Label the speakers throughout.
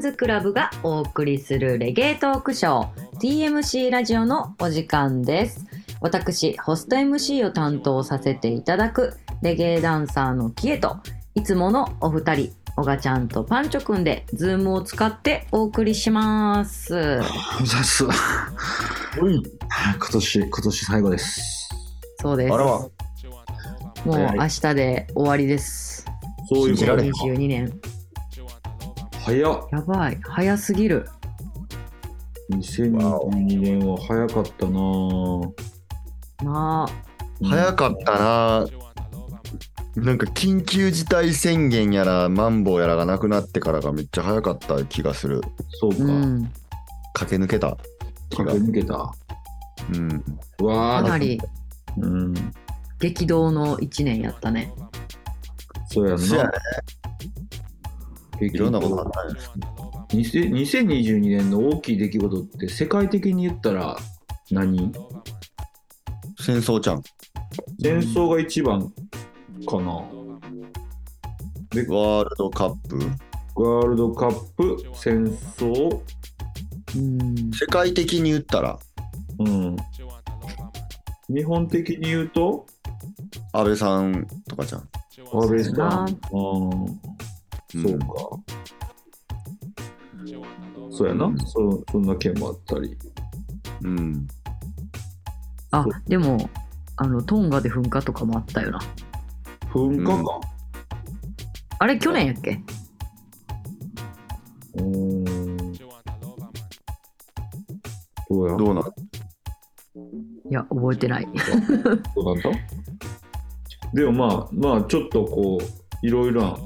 Speaker 1: ズクラブがお送りするレゲエトークショー TMC ラジオのお時間です私ホスト MC を担当させていただくレゲエダンサーのキエといつものお二人オガちゃんとパンチョくんでズームを使ってお送りします
Speaker 2: おざっ す。
Speaker 3: うん。
Speaker 2: 今年、今年最後です。
Speaker 1: そうです
Speaker 3: あら
Speaker 1: も
Speaker 3: わ。
Speaker 1: う明日で終わりです
Speaker 3: そういう
Speaker 2: 信じら
Speaker 3: こと
Speaker 2: れん
Speaker 3: か。
Speaker 1: 22年
Speaker 2: 早っ。
Speaker 1: やばい早すぎる
Speaker 2: 2022年は早かったなぁ。
Speaker 1: なあ
Speaker 3: 早
Speaker 2: 早
Speaker 3: かったな。なんか緊急事態宣言やらマンボウやらがなくなってからがめっちゃ早かった気がする。
Speaker 2: そうか
Speaker 1: う。ん
Speaker 3: 駆け抜けた気が。
Speaker 2: 駆け抜けた。
Speaker 3: うん。
Speaker 2: うわ
Speaker 1: か
Speaker 2: ぁ。
Speaker 1: なり
Speaker 2: うん。
Speaker 1: 激動の1年やったね
Speaker 2: そうやん
Speaker 3: そうや
Speaker 2: な
Speaker 3: ね。いろんなことがあったんです。
Speaker 2: 2000 2022年の大きい出来事って世界的に言ったら何
Speaker 3: 戦争ちゃん。
Speaker 2: 戦争が一番かな。
Speaker 3: ワールドカップ。
Speaker 2: ワールドカップ、戦争、
Speaker 1: うん
Speaker 3: 世界的に言ったら
Speaker 2: うん。日本的に言うと、
Speaker 3: 安倍さんとかじゃん。
Speaker 2: 安倍さん。
Speaker 1: な
Speaker 2: あーそうか。そうやな、
Speaker 3: うん
Speaker 2: そそんな件もあったり
Speaker 3: うん。
Speaker 1: あ
Speaker 2: そう
Speaker 1: でもあのトンガで噴火とかもあったよな
Speaker 2: 噴火か、
Speaker 1: あれ去年やっけ
Speaker 2: うーん、どうや
Speaker 3: どうな
Speaker 1: い
Speaker 3: ん
Speaker 1: や覚えてない
Speaker 2: どうなんだでもまあまあちょっとこういろいろな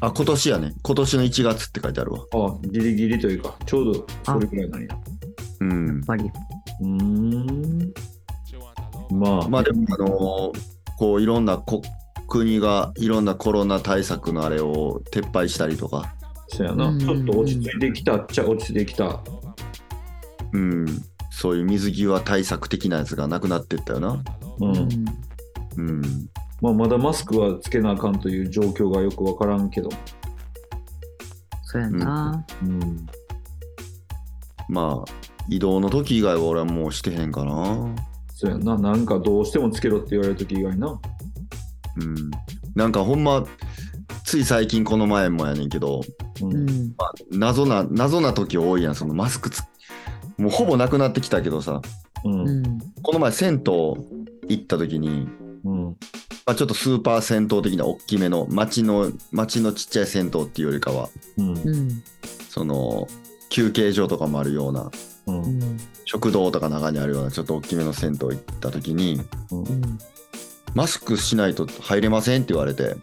Speaker 3: あ、今年やね。今年の1月って書いてあるわ。
Speaker 2: あギリギリというかちょうどそれぐらいなんや
Speaker 3: うん。
Speaker 1: やっぱり
Speaker 2: うーんまあ
Speaker 3: まあでも、あのーこういろんなこ国がいろんなコロナ対策のあれを撤廃したりとか、
Speaker 2: そうやな
Speaker 1: うん
Speaker 2: ちょっと落ち着いてきたっちゃ落ち着いてきた
Speaker 3: うん、そういう水際対策的なやつがなくなってったよな。
Speaker 2: う、
Speaker 1: うんん
Speaker 3: うん。
Speaker 2: まあまだマスクはつけなあかんという状況がよくわからんけど
Speaker 1: そうやな、
Speaker 2: うん
Speaker 3: まあ、移動の時以外は俺はもうしてへんかな。
Speaker 2: そうやななんかどうしてもつけろって言われる時以外な
Speaker 3: うん。なんかほんま、つい最近この前もやねんけど、
Speaker 2: うん
Speaker 1: うん
Speaker 3: 謎な、謎な時多いやん、そのマスクつ、もうほぼなくなってきたけどさ、
Speaker 2: うん
Speaker 1: うん
Speaker 3: この前銭湯行った時に、
Speaker 2: うん
Speaker 3: まあ、ちょっとスーパー銭湯的な大きめの町の町のちっちゃい銭湯っていうよりかは
Speaker 2: うん
Speaker 1: うん
Speaker 3: その休憩所とかもあるような
Speaker 1: う
Speaker 2: う
Speaker 1: んん
Speaker 3: 食堂とか中にあるようなちょっと大きめの銭湯行った時に
Speaker 1: うん
Speaker 3: マスクしないと入れませんって言われて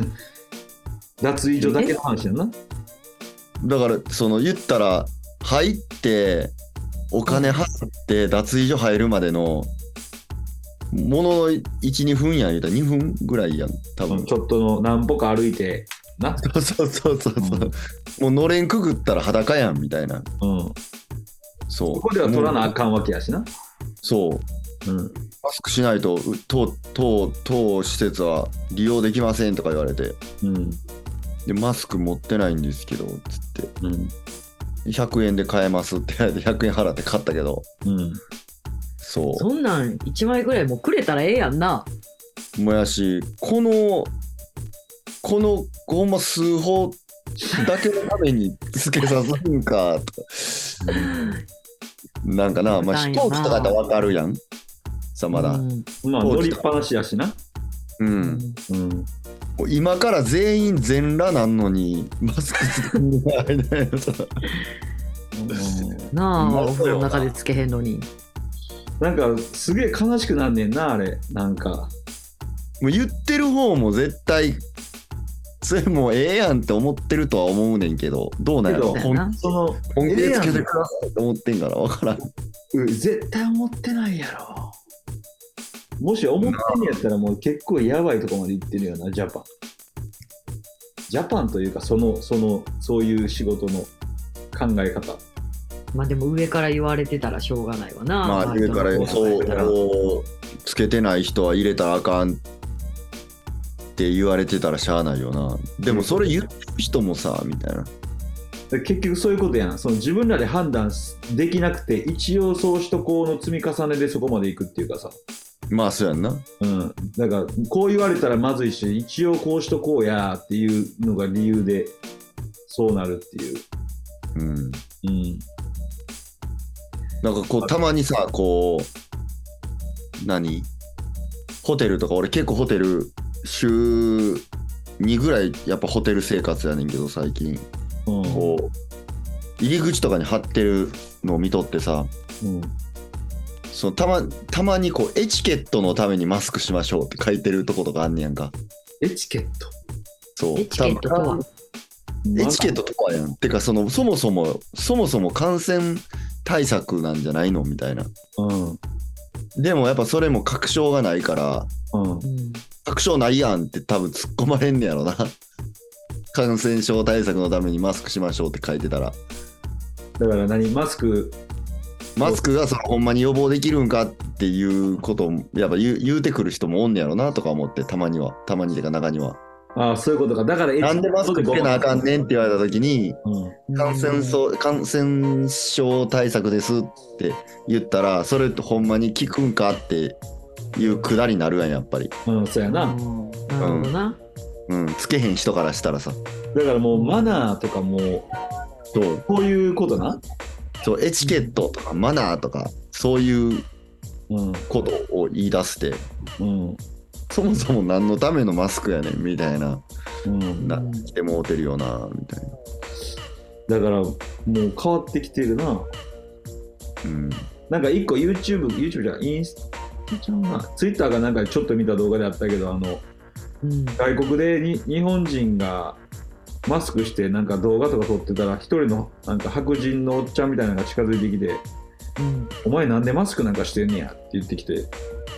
Speaker 2: 脱衣所だけの話やな。
Speaker 3: だからその言ったら入ってお金払って脱衣所入るまでのものの12分やん言うたら2分ぐらいやん多分
Speaker 2: ちょっとの何歩か歩いて、な。
Speaker 3: そうそうそうそうもうのれんくぐったら裸やんみたいな
Speaker 2: うん。こ
Speaker 3: そう
Speaker 2: こでは取らな
Speaker 3: も
Speaker 2: あ
Speaker 3: う
Speaker 2: かんわけやしな。
Speaker 3: そう
Speaker 2: うん。
Speaker 3: マスクしないとう当当当施設は利用できませんとか言われて
Speaker 2: うん。
Speaker 3: でマスク持ってないんですけどつって
Speaker 2: うん。
Speaker 3: 100円で買えますって言われて100円払って買ったけど
Speaker 2: うん。
Speaker 3: そ
Speaker 1: そんなん1枚ぐらいもうくれたらええやんな
Speaker 3: うもやしこのこのほんま数歩だけのためにつけさせるんかとか なんかな、まあ、飛
Speaker 1: 負担やな
Speaker 3: 行機とかやったらわかるやんさまだ
Speaker 1: うん
Speaker 2: まあ
Speaker 3: そう
Speaker 2: 乗りっぱなしやしな。
Speaker 3: うん
Speaker 2: うん。
Speaker 3: もう今から全員全裸なんのにマスクつけ てないね
Speaker 1: なあ
Speaker 3: うまそうよな
Speaker 1: お風呂の中でつけへんのに
Speaker 2: なんかすげえ悲しくなんねんな、あれ。なんか。
Speaker 3: もう言ってる方も絶対それもうええやんって思ってるとは思うねんけどどうなんやろ
Speaker 2: けど
Speaker 1: そう
Speaker 3: 本
Speaker 1: やな
Speaker 2: その、
Speaker 3: 本気でつけてくださいって思ってんから分からん
Speaker 2: う絶対思ってないやろ。もし思ってんやったらもう結構やばいとこまで行ってるよな、ジャパン。ジャパンというか、その、その、そういう仕事の考え方。
Speaker 1: まあでも上から言われてたらしょうがないわな
Speaker 3: まあ上か
Speaker 1: 周
Speaker 3: ら
Speaker 1: りとの
Speaker 3: そう
Speaker 1: 比べたら
Speaker 3: こうつけてない人は入れたらあかんって言われてたらしゃあないよなでもそれ言ってる人もさみたいな
Speaker 2: 結局そういうことやんその自分らで判断できなくて一応そうしとこうの積み重ねでそこまでいくっていうかさ、
Speaker 3: まあそうやんな。
Speaker 2: うん、だからこう言われたらまずいし一応こうしとこうやっていうのが理由でそうなるっていう、
Speaker 3: うん。
Speaker 2: うん、
Speaker 3: なんかこうたまにさこう何ホテルとか俺結構ホテル週2ぐらいやっぱホテル生活やねんけど最近
Speaker 2: うん
Speaker 3: こう入り口とかに貼ってるのを見とってさ
Speaker 2: うん、
Speaker 3: そのたまたまにこうエチケットのためにマスクしましょうって書いてるとことかあんねやんか
Speaker 2: エチケット
Speaker 3: そう
Speaker 1: エチケットとは
Speaker 3: エチケットとはやんてかそのそもそもそもそも感染対策なんじゃないのみたいな
Speaker 2: うん
Speaker 3: でもやっぱそれも確証がないから
Speaker 2: うん
Speaker 1: うん
Speaker 3: 確証ないやんって多分突っ込まれんねやろな 感染症対策のためにマスクしましょうって書いてたら
Speaker 2: だから何マスク
Speaker 3: マスクがそのほんまに予防できるんかっていうことをやっぱ言う言うてくる人もおんねやろなとか思ってたまにはたまにてか中には
Speaker 2: ああそういうことかだからエチケ
Speaker 3: な
Speaker 2: ット
Speaker 3: んでマスクつけなあかんねんって言われた時に
Speaker 2: うん
Speaker 3: 感染症感染症対策ですって言ったらそれってほんまに効くんかっていうくだりになるやんやっぱり、
Speaker 2: うんそうや
Speaker 1: う
Speaker 2: なん
Speaker 1: なるほどな。
Speaker 3: うん、つけへん人からしたらさ
Speaker 2: だからもうマナーとかも
Speaker 3: そう
Speaker 2: こういうことな
Speaker 3: そうエチケットとかマナーとかそういう
Speaker 2: うん
Speaker 3: ことを言い出して
Speaker 2: うん
Speaker 3: そもそも何のためのマスクやねんみたいな
Speaker 2: うん
Speaker 3: な
Speaker 1: うん
Speaker 3: 来てもうてるよなみたいな、
Speaker 2: だからもう変わってきてるな
Speaker 3: うん、
Speaker 2: なんか一個 YouTube、YouTube じゃないインスタちゃうな、Twitter がなんかちょっと見た動画であったけど、あの、
Speaker 1: うん
Speaker 2: 外国でに日本人がマスクしてなんか動画とか撮ってたら、一人のなんか白人のおっちゃんみたいなのが近づいてきて、
Speaker 1: うん
Speaker 2: お前なんでマスクなんかしてんねやって言ってきて、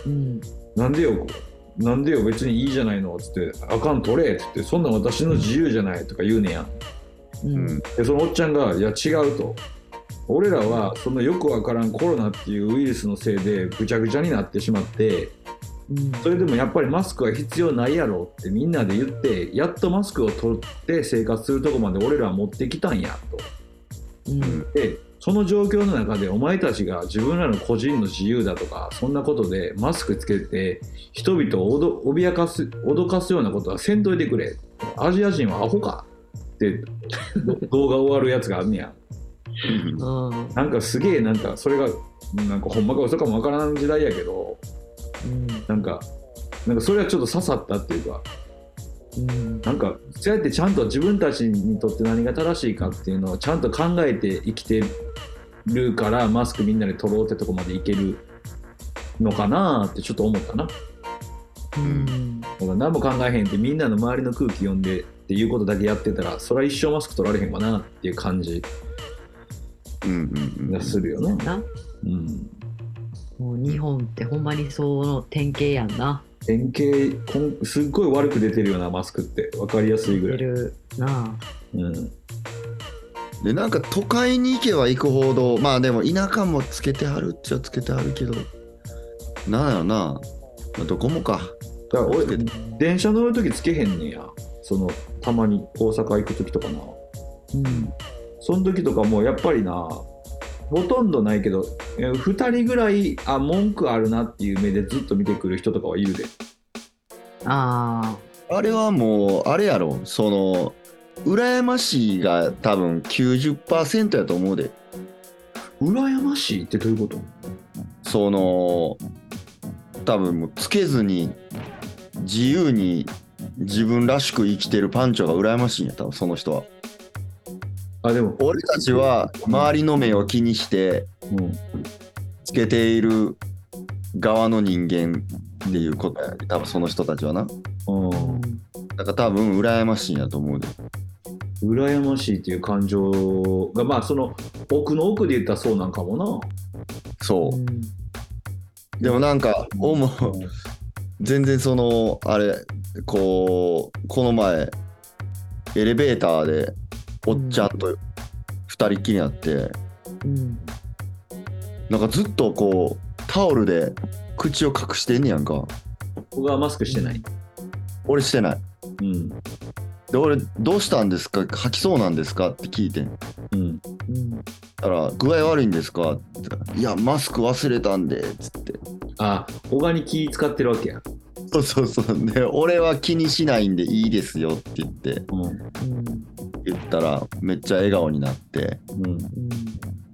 Speaker 1: うん
Speaker 2: なんでよ、なんでよ、別にいいじゃないのっつって、あかん、取れっつって、そんなん私の自由じゃないとか言うねやん。
Speaker 1: う
Speaker 3: うん
Speaker 1: ん
Speaker 2: でそのおっちゃんが「いや違う」と「俺らはそのよくわからんコロナっていうウイルスのせいでぐちゃぐちゃになってしまって
Speaker 1: うん
Speaker 2: それでもやっぱりマスクは必要ないやろ」ってみんなで言ってやっとマスクを取って生活するとこまで俺らは持ってきたんや
Speaker 1: うん
Speaker 2: と。でその状況の中でお前たちが自分らの個人の自由だとかそんなことでマスクつけて人々をおど脅かす脅かすようなことはせんといてくれアジア人はアホかってど動画終わるやつがあんねや。
Speaker 1: うん
Speaker 2: なんかすげえなんかそれがなんかほんまか嘘かもわからん時代やけどなんかなんかそれはちょっと刺さったっていうか
Speaker 1: うん
Speaker 2: なんかそうやってちゃんと自分たちにとって何が正しいかっていうのをちゃんと考えて生きてるからマスクみんなで取ろうってとこまでいけるのかなってちょっと思ったな。だか
Speaker 1: うん
Speaker 2: ら何も考えへんってみんなの周りの空気読んでっていうことだけやってたらそれは一生マスク取られへんわなっていう感じ
Speaker 3: うんうんうん
Speaker 2: がするよ
Speaker 1: そうや
Speaker 2: ね。
Speaker 1: な
Speaker 2: うん
Speaker 1: もう日本ってほんまにその典型やんな。
Speaker 2: 円形こんすっごい悪く出てるようなマスクって分かりやすい
Speaker 1: い
Speaker 2: ぐらい、
Speaker 1: るなあ。
Speaker 2: うん、
Speaker 3: でなんか都会に行けば行くほどまあでも田舎もつけてはるっちゃつけてはるけどなんやろな、まあどこもか
Speaker 2: だから俺
Speaker 3: つけて
Speaker 2: 電車乗るときつけへんねんやそのたまに大阪行くときとかな
Speaker 1: うん
Speaker 2: その時とかもやっぱりなほとんどないけど2人ぐらいあ文句あるなっていう目でずっと見てくる人とかはいるで
Speaker 1: あ
Speaker 3: あれはもうあれやろその羨ましいが多分90%やと思うで
Speaker 2: 羨ましいってどういうこと
Speaker 3: その多分もうつけずに自由に自分らしく生きてるパンチョが羨ましいんや多分その人は
Speaker 2: あでも、
Speaker 3: 俺たちは周りの目を気にして
Speaker 2: うん、
Speaker 3: つけている側の人間っていうことや多分その人たちはな
Speaker 1: あ。
Speaker 2: うん
Speaker 3: だから多分羨ましいんやと思うで
Speaker 2: 羨ましいっていう感情がまあその奥の奥で言ったらそうなんかも
Speaker 3: そううんでもなんか
Speaker 2: な
Speaker 3: 思う全然そのあれこうこの前エレベーターでおっちゃんと二人っきりになって
Speaker 1: うん
Speaker 3: なんかずっとこうタオルで口を隠してんねやんか
Speaker 2: 僕はマスクしてない、
Speaker 3: 俺してない
Speaker 2: うん、
Speaker 3: で俺どうしたんですか吐きそうなんですかって聞いてん
Speaker 2: うん。
Speaker 1: うん
Speaker 3: たら具合悪いんですかって言ったらいやマスク忘れたんでつって
Speaker 2: あ、小川に気使ってるわけや。
Speaker 3: そうそうそうで俺は気にしないんでいいですよって言って
Speaker 2: う
Speaker 1: う
Speaker 2: ん。
Speaker 1: ん
Speaker 3: 言ったらめっちゃ笑顔になって
Speaker 2: うん。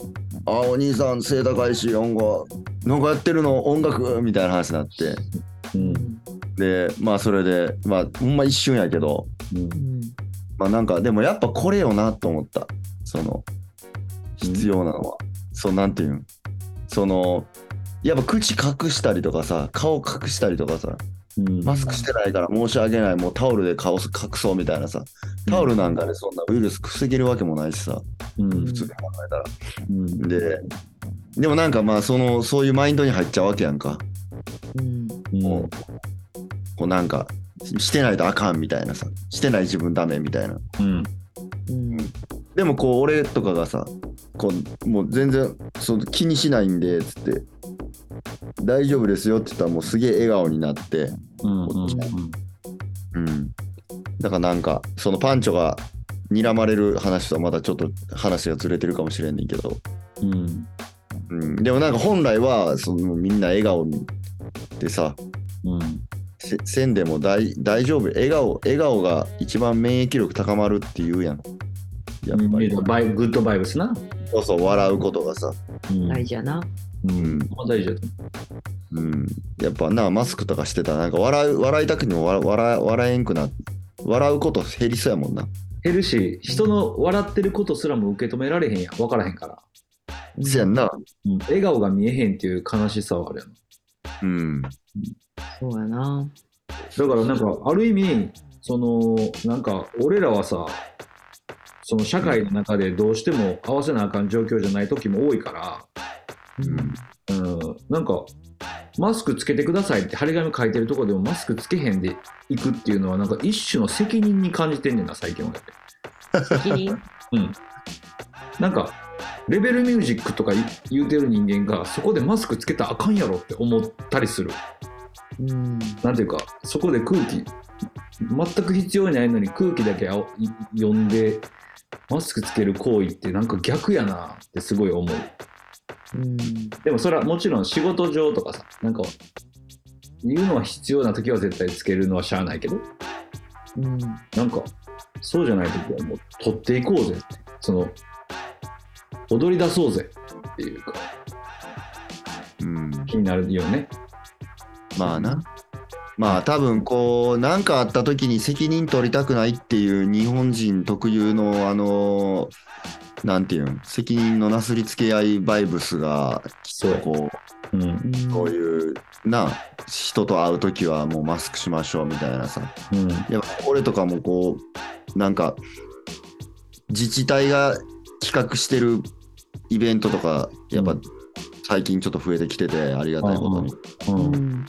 Speaker 3: 「あお兄さん背高いし音楽なんかやってるの音楽」みたいな話になって
Speaker 2: うん。
Speaker 3: でまあそれでまあほんま一瞬やけど
Speaker 2: うん
Speaker 1: う。ん
Speaker 3: まあなんかでもやっぱこれよなと思ったその必要なのは、そうなんていうんそのやっぱ口隠したりとかさ顔隠したりとかさ
Speaker 2: うん。
Speaker 3: マスクしてないから申し訳ないもうタオルで顔隠そうみたいなさタオルなんかでそんなウイルス防げるわけもないしさ
Speaker 2: うん
Speaker 3: 普通に考えたら
Speaker 2: うん。
Speaker 3: ででもなんかまあそのそういうマインドに入っちゃうわけやんか
Speaker 1: うん
Speaker 2: うん
Speaker 3: こうこうなんかしてないとあかんみたいなさしてない自分ダメみたいな
Speaker 2: うん。
Speaker 1: うん
Speaker 3: でもこう俺とかがさこうもう全然その気にしないんでっつって「大丈夫ですよ」って言ったらもうすげえ笑顔になって、
Speaker 2: うん。うん。
Speaker 3: うん、だからなんかそのパンチョが睨まれる話とはまたちょっと話がずれてるかもしれんねんけど、
Speaker 2: うん。
Speaker 3: うん、でもなんか本来はそのみんな笑顔でさ
Speaker 2: うん。
Speaker 3: せせんでも大大丈夫笑顔笑顔が一番免疫力高まるっていうやんやっぱり
Speaker 2: バイグッドバイブスな。
Speaker 3: そうそう笑うことがさ、
Speaker 2: うん。
Speaker 1: 大事やな
Speaker 2: うん。まあ大事だと
Speaker 3: うん、やっぱなマスクとかしてたらなんか笑う笑いたくにも笑笑笑えんくな笑うこと減りそうやもんな
Speaker 2: 減るし、人の笑ってることすらも受け止められへんやん。わからへんから。
Speaker 3: せやんな
Speaker 2: うん。笑顔が見えへんっていう悲しさはあるやん。
Speaker 3: うん
Speaker 1: そうやな
Speaker 2: だからなんかある意味そのなんか俺らはさその社会の中でどうしても合わせなあかん状況じゃない時も多いか
Speaker 3: うん
Speaker 2: ら、うん、なんかマスクつけてくださいって張り紙書いてるとこでもマスクつけへんでいくっていうのはなんか一種の責任に感じてんねんな最近俺って
Speaker 1: 責任
Speaker 2: なんかレベルミュージックとか言言うてる人間がそこでマスクつけたらあかんやろって思ったりする
Speaker 1: うん
Speaker 2: なんていうかそこで空気全く必要ないのに空気だけあおい読んでマスクつける行為ってなんか逆やなってすごい思う
Speaker 1: うん
Speaker 2: でもそれはもちろん仕事上とかさなんか言うのは必要な時は絶対つけるのはしゃあないけど
Speaker 1: うん
Speaker 2: なんかそうじゃない時はもう取っていこうぜってその踊り出そうぜっていうか
Speaker 3: うん
Speaker 2: 気になるよね
Speaker 3: まあなまあ多分こう何かあった時に責任取りたくないっていう日本人特有のあのなんていうん責任のなすりつけ合いバイブスが
Speaker 2: そうや
Speaker 3: こ
Speaker 2: うん
Speaker 1: うん
Speaker 3: うこういうな人と会う時はもうマスクしましょうみたいなさ
Speaker 2: うん
Speaker 3: やっぱ俺とかもこうなんか自治体が企画してるイベントとかやっ
Speaker 2: う
Speaker 3: ぱ
Speaker 2: ん
Speaker 3: 最近ちょっと増えてきててありがたいことに。
Speaker 2: うん
Speaker 1: うん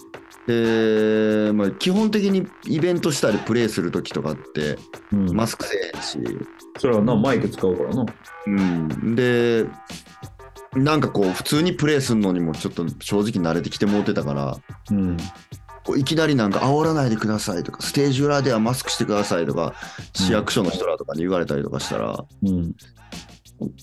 Speaker 3: で、まあ、基本的にイベントしたりプレイする時とかって
Speaker 2: うん
Speaker 3: マスクせえへんし、
Speaker 2: それはなマイク使うからな
Speaker 3: うん、でなんかこう普通にプレイするのにもちょっと正直慣れてきてもうてたから
Speaker 2: うん
Speaker 3: こういきなりなんか煽らないでくださいとかステージ裏ではマスクしてくださいとか市役所の人らとかに言われたりとかしたら、
Speaker 2: うん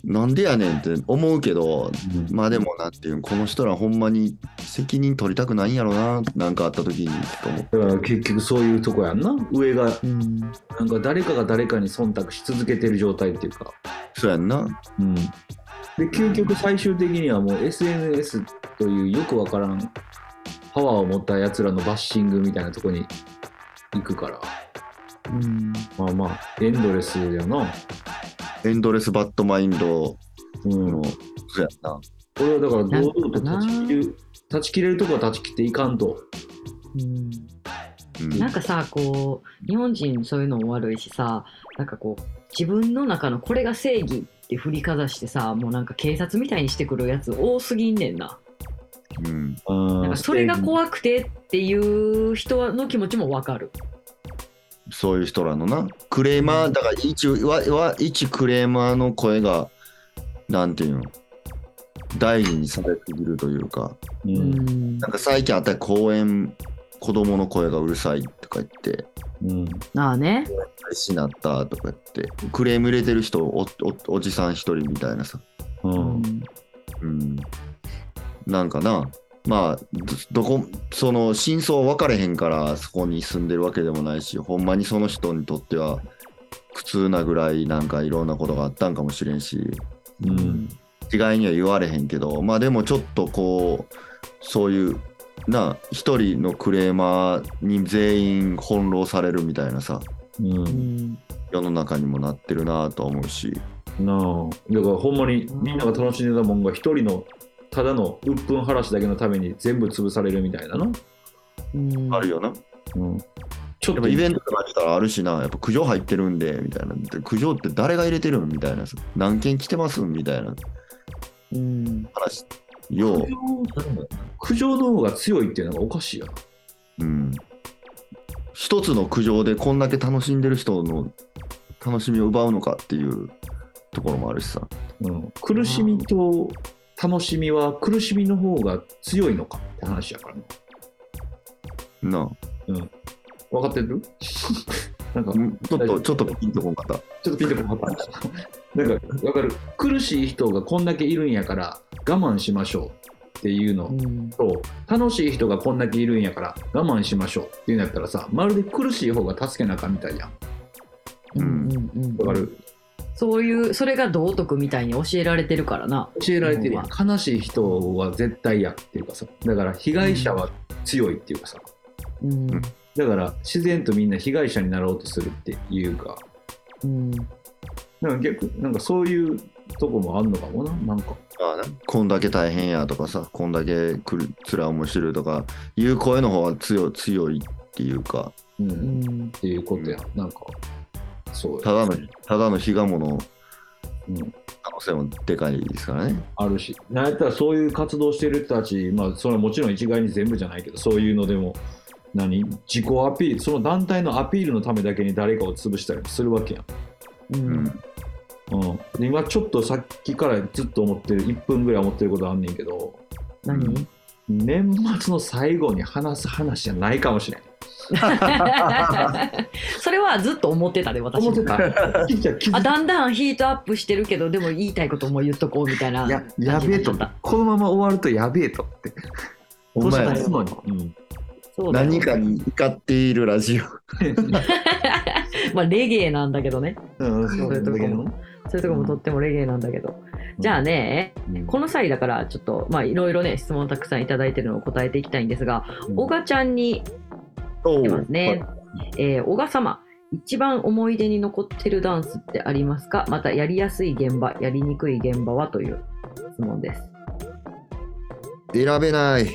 Speaker 3: なんでやねんって思うけど、
Speaker 2: うん
Speaker 3: まあでもなんていうんこの人らほんまに責任取りたくないんやろな、なんかあった時にと思って。
Speaker 2: だから結局そういうとこやんな上が
Speaker 1: うん
Speaker 2: なんか誰かが誰かに忖度し続けてる状態っていうか、
Speaker 3: そうやんな。
Speaker 2: うん、で究極最終的にはもう SNS というよくわからんパワーを持ったやつらのバッシングみたいなとこに行くから
Speaker 1: うん
Speaker 2: まあまあエンドレスやな、
Speaker 3: エンドレスバッドマインド
Speaker 2: うん
Speaker 3: の、、そうやんな。
Speaker 2: 俺はだから
Speaker 1: なん
Speaker 2: 堂々と断ち切る断ち切れるとこは断ち切っていかんと、
Speaker 1: うん
Speaker 3: うん
Speaker 1: なんかさこう日本人そういうのも悪いしさなんかこう自分の中のこれが正義って振りかざしてさもうなんか警察みたいにしてくるやつ多すぎんねんな
Speaker 3: うん
Speaker 2: うん
Speaker 1: なんかそれが怖くてっていう人の気持ちもわかる
Speaker 3: そういう人らのな。クレーマー、だから一わわ一クレーマーの声が、なんていうの、大事にされているというか、
Speaker 2: う
Speaker 1: うんん
Speaker 3: なんか最近あった公園、子供の声がうるさいとか言って、
Speaker 2: うん。
Speaker 1: ああね。
Speaker 3: しなったとか言ってクレーム入れてる人おおおじさん一人みたいなさ、
Speaker 2: う。
Speaker 1: うんん。
Speaker 3: うん、なんかなまあどどこその真相分かれへんからそこに住んでるわけでもないしほんまにその人にとっては苦痛なぐらいなんかいろんなことがあったんかもしれんし
Speaker 2: うん。
Speaker 3: 違いには言われへんけどまあでもちょっとこうそういうな一人のクレーマーに全員翻弄されるみたいなさ
Speaker 2: う。
Speaker 1: うんん。
Speaker 3: 世の中にもなってるなとは思うし。
Speaker 2: なあ。だからほんまにみんなが楽しんでたもんが一人のただの鬱憤晴らしだけのために全部潰されるみたいなの。
Speaker 1: うん
Speaker 3: あるよな。
Speaker 2: うん。ち
Speaker 3: や
Speaker 2: ょっ
Speaker 3: っ
Speaker 2: と
Speaker 3: ぱイベントとか来たらあるしな、やっぱ苦情入ってるんで、みたいな。で苦情って誰が入れてるんみたいな。何件来てますみたいな
Speaker 1: うん。
Speaker 3: 話。よう
Speaker 2: 苦情。苦情の方が強いっていうのがおかしいよ
Speaker 3: う
Speaker 2: な。
Speaker 3: ん。一つの苦情でこんだけ楽しんでる人の楽しみを奪うのかっていうところもあるしさ。
Speaker 2: うん、苦しみと楽しみは苦しみの方が強いのかって話やからね。
Speaker 3: なあ
Speaker 2: 分かってるなんか、
Speaker 3: うんちょっと、ちょっとピンとこんかった。
Speaker 2: ちょっとピンとこなかった。なんか、分かる。苦しい人がこんだけいるんやから我慢しましょうっていうの
Speaker 1: うん。
Speaker 2: と、楽しい人がこんだけいるんやから我慢しましょうっていうんやったらさ、まるで苦しい方が助けなあかんみたいやん。
Speaker 1: うん。うん。
Speaker 2: 分かる。
Speaker 1: そういう、それが道徳みたいに教えられてるからな。
Speaker 2: 教えられてるやん。悲しい人は絶対やっていうかさ、だから被害者は強いっていうかさ、
Speaker 1: うん。
Speaker 2: だから自然とみんな被害者になろうとするっていうか、
Speaker 1: うん。
Speaker 2: なんか逆なんかそういうとこもあんのかもな、なんか。
Speaker 3: まあなこんだけ大変やとかさ、こんだけくる辛い思いしてるとかいう声の方が強い強いっていうか、
Speaker 2: う、
Speaker 1: うん
Speaker 2: っ
Speaker 1: ん。
Speaker 2: ていうことや、なんか、そう
Speaker 3: ただの、ただの被我もの
Speaker 2: うん、
Speaker 3: 可能性もでかいですからね。
Speaker 2: あるし、なんやったらそういう活動してる人たち、まあ、それはもちろん一概に全部じゃないけど、そういうのでも、何、自己アピール、その団体のアピールのためだけに誰かを潰したりもするわけやん。
Speaker 1: うん。
Speaker 2: うん、で今ちょっとさっきからずっと思ってる1分ぐらい思ってることあんねんけど
Speaker 1: 何
Speaker 2: 年末の最後に話す話じゃないかもしれん
Speaker 1: それはずっと思ってたで、私
Speaker 2: 思
Speaker 1: も
Speaker 2: って。た気づい た
Speaker 1: あだんだんヒートアップしてるけどでも言いたいことも言っとこうみたいな
Speaker 2: ややべえと
Speaker 1: 感じになっちゃっ
Speaker 2: このまま終わるとやべえとって
Speaker 3: ほんま
Speaker 1: どう
Speaker 3: や
Speaker 1: し
Speaker 2: す
Speaker 1: た
Speaker 2: のに、うん、
Speaker 1: たそうだよ
Speaker 3: 何かに怒っているラジオ。
Speaker 1: まあレゲエなんだけどね
Speaker 2: う ん、
Speaker 1: そういうとこもそういうとこもとってもレゲエなんだけど、じゃあねこの際だからちょっとまあいろいろね質問たくさんいただいてるのを答えていきたいんですが小賀ちゃんに
Speaker 3: お
Speaker 1: 来てますね、えー小賀様一番思い出に残ってるダンスってありますかまたやりやすい現場やりにくい現場はという質問です
Speaker 3: 選べない。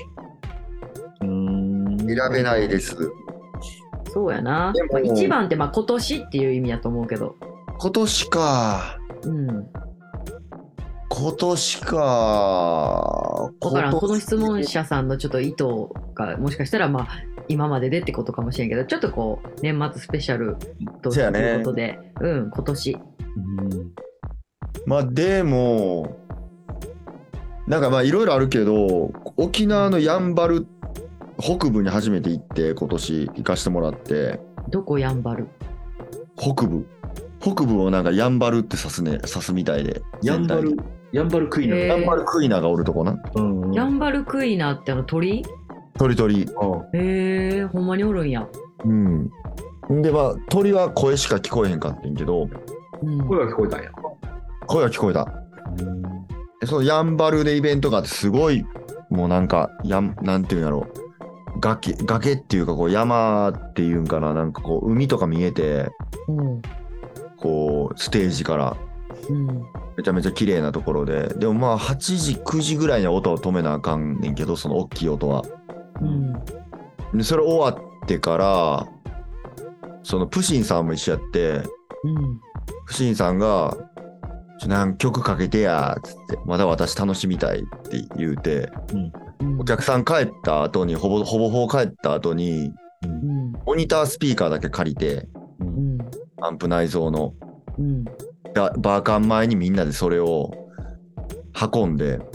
Speaker 2: 選
Speaker 3: 選べないです。
Speaker 1: そうやな
Speaker 3: でも
Speaker 1: まあ一番ってまあ今年っていう意味だと思うけど
Speaker 3: 今年か。
Speaker 1: うん
Speaker 3: 今年か。
Speaker 1: だからん
Speaker 3: 今年
Speaker 1: この質問者さんのちょっと意図がもしかしたらまあ今まででってことかもしれんけどちょっとこう年末スペシャルと
Speaker 3: そう
Speaker 1: い
Speaker 3: やね
Speaker 1: うことでうん今年
Speaker 3: まあでも、なんかまあいろいろあるけど、沖縄のやんばる北部に初めて行って、今年行かしてもらって、
Speaker 1: どこやんばる
Speaker 3: 北部。北部をなんかやんばるって指すね、指すみたいで。
Speaker 2: やんばるやんばるクイーン
Speaker 1: え
Speaker 2: の
Speaker 3: やんばるクイナがおるとこな。
Speaker 2: うん
Speaker 1: やんばるクイナってあの鳥
Speaker 3: 鳥鳥。
Speaker 1: へえほんまにおるんや
Speaker 3: うん。んでまあ鳥は声しか聞こえへんかってんけど
Speaker 1: うん
Speaker 2: 声が聞こえたんや、
Speaker 3: 声は聞こえたでそのやんばるでイベントがあってすごいもうなんかやんなんていうんやろう崖崖っていうかこう山っていうんかななんかこう海とか見えて
Speaker 1: うん
Speaker 3: こうステージから
Speaker 1: うん
Speaker 3: めちゃめちゃ綺麗なところででもまあ8時9時ぐらいには音を止めなあかんねんけどその大きい音は
Speaker 1: うん
Speaker 3: でそれ終わってからそのプシンさんも一緒やって
Speaker 1: うん
Speaker 3: 不審さんが、ちょ何曲かけてや、つって、まだ私楽しみたいって言うて、
Speaker 1: うん
Speaker 3: お客さん帰った後に、ほぼほぼほぼ帰った後に、
Speaker 1: うん
Speaker 3: モニタースピーカーだけ借りて、
Speaker 1: う
Speaker 2: うん
Speaker 1: ん
Speaker 3: アンプ内蔵の、
Speaker 1: うん
Speaker 3: だバーカン前にみんなでそれを運んで、で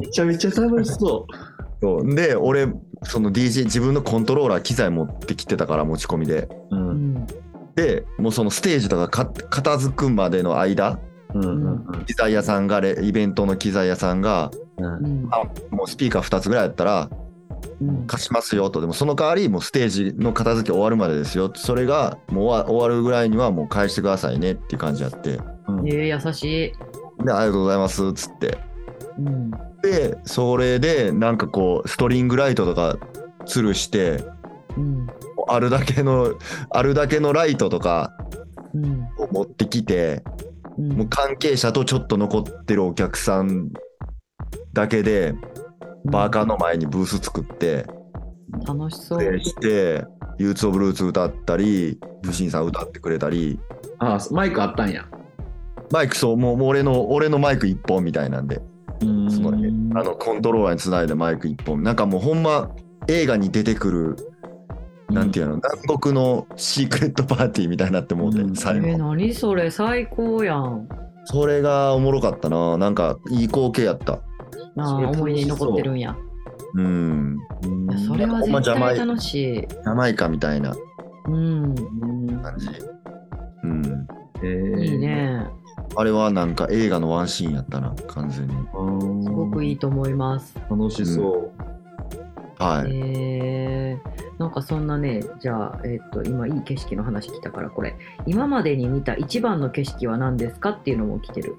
Speaker 2: めちゃめちゃ楽しそ
Speaker 3: そうで、俺、その DJ 自分のコントローラー機材持ってきてたから持ち込みで
Speaker 2: うん。
Speaker 1: う
Speaker 2: うん
Speaker 1: ん
Speaker 3: でもうそのステージとかか片付くまでの間
Speaker 2: うん
Speaker 3: 機材屋さんがレイベントの機材屋さんが
Speaker 2: うん。
Speaker 1: うん
Speaker 3: もうスピーカー2つぐらいやったら
Speaker 1: うん
Speaker 3: 貸しますよとでもその代わりもうステージの片付け終わるまでですよそれがもう終わ終わるぐらいにはもう返してくださいねっていう感じやってで
Speaker 2: うん
Speaker 1: えー優しい。
Speaker 3: ありがとうございますっつって
Speaker 1: うん
Speaker 3: でそれでなんかこうストリングライトとか吊るして
Speaker 1: うん
Speaker 3: あるだけのあるだけのライトとか
Speaker 1: うん
Speaker 3: を持ってきて
Speaker 1: うん
Speaker 3: もう関係者とちょっと残ってるお客さんだけでバーカーの前にブース作って
Speaker 1: 楽しそう
Speaker 3: プ。レイして「ユーツ・オブ・ルーツ」歌ったり武神さん歌ってくれたり
Speaker 2: ああ、マイクあったんや。
Speaker 3: マイクそうもうもう俺の俺のマイク1本みたいなんで
Speaker 2: うん
Speaker 3: すごいねあのコントローラーにつないでマイク1本なんかもうほんま映画に出てくるなんていうの、南国のシークレットパーティーみたいになってもうて、
Speaker 2: うん
Speaker 1: え
Speaker 3: 最
Speaker 1: ー、
Speaker 3: 後。
Speaker 1: 何それ最高やん。
Speaker 3: それがおもろかったな。なんか、いい光景やった。
Speaker 1: なあ
Speaker 2: それ楽しそう
Speaker 1: 思い出に残ってるんや。
Speaker 3: うん。
Speaker 1: いやそれ
Speaker 2: れ
Speaker 1: は
Speaker 3: ほんま
Speaker 1: 絶
Speaker 3: 邪魔
Speaker 1: 対
Speaker 3: い
Speaker 1: 楽しい。
Speaker 3: ジャマイカみたいな
Speaker 1: うん。
Speaker 3: 感じ。うん。
Speaker 1: いい。ね。
Speaker 3: あれはなんか映画のワンシーンやったな、完全に。
Speaker 1: す
Speaker 2: す
Speaker 1: ごくいいと思います。
Speaker 2: 楽しそう。
Speaker 3: はい。
Speaker 1: えー、なんかそんなね、じゃあ、えっと、今いい景色の話来たから、これ、今までに見た一番の景色は何ですかっていうのも来てる。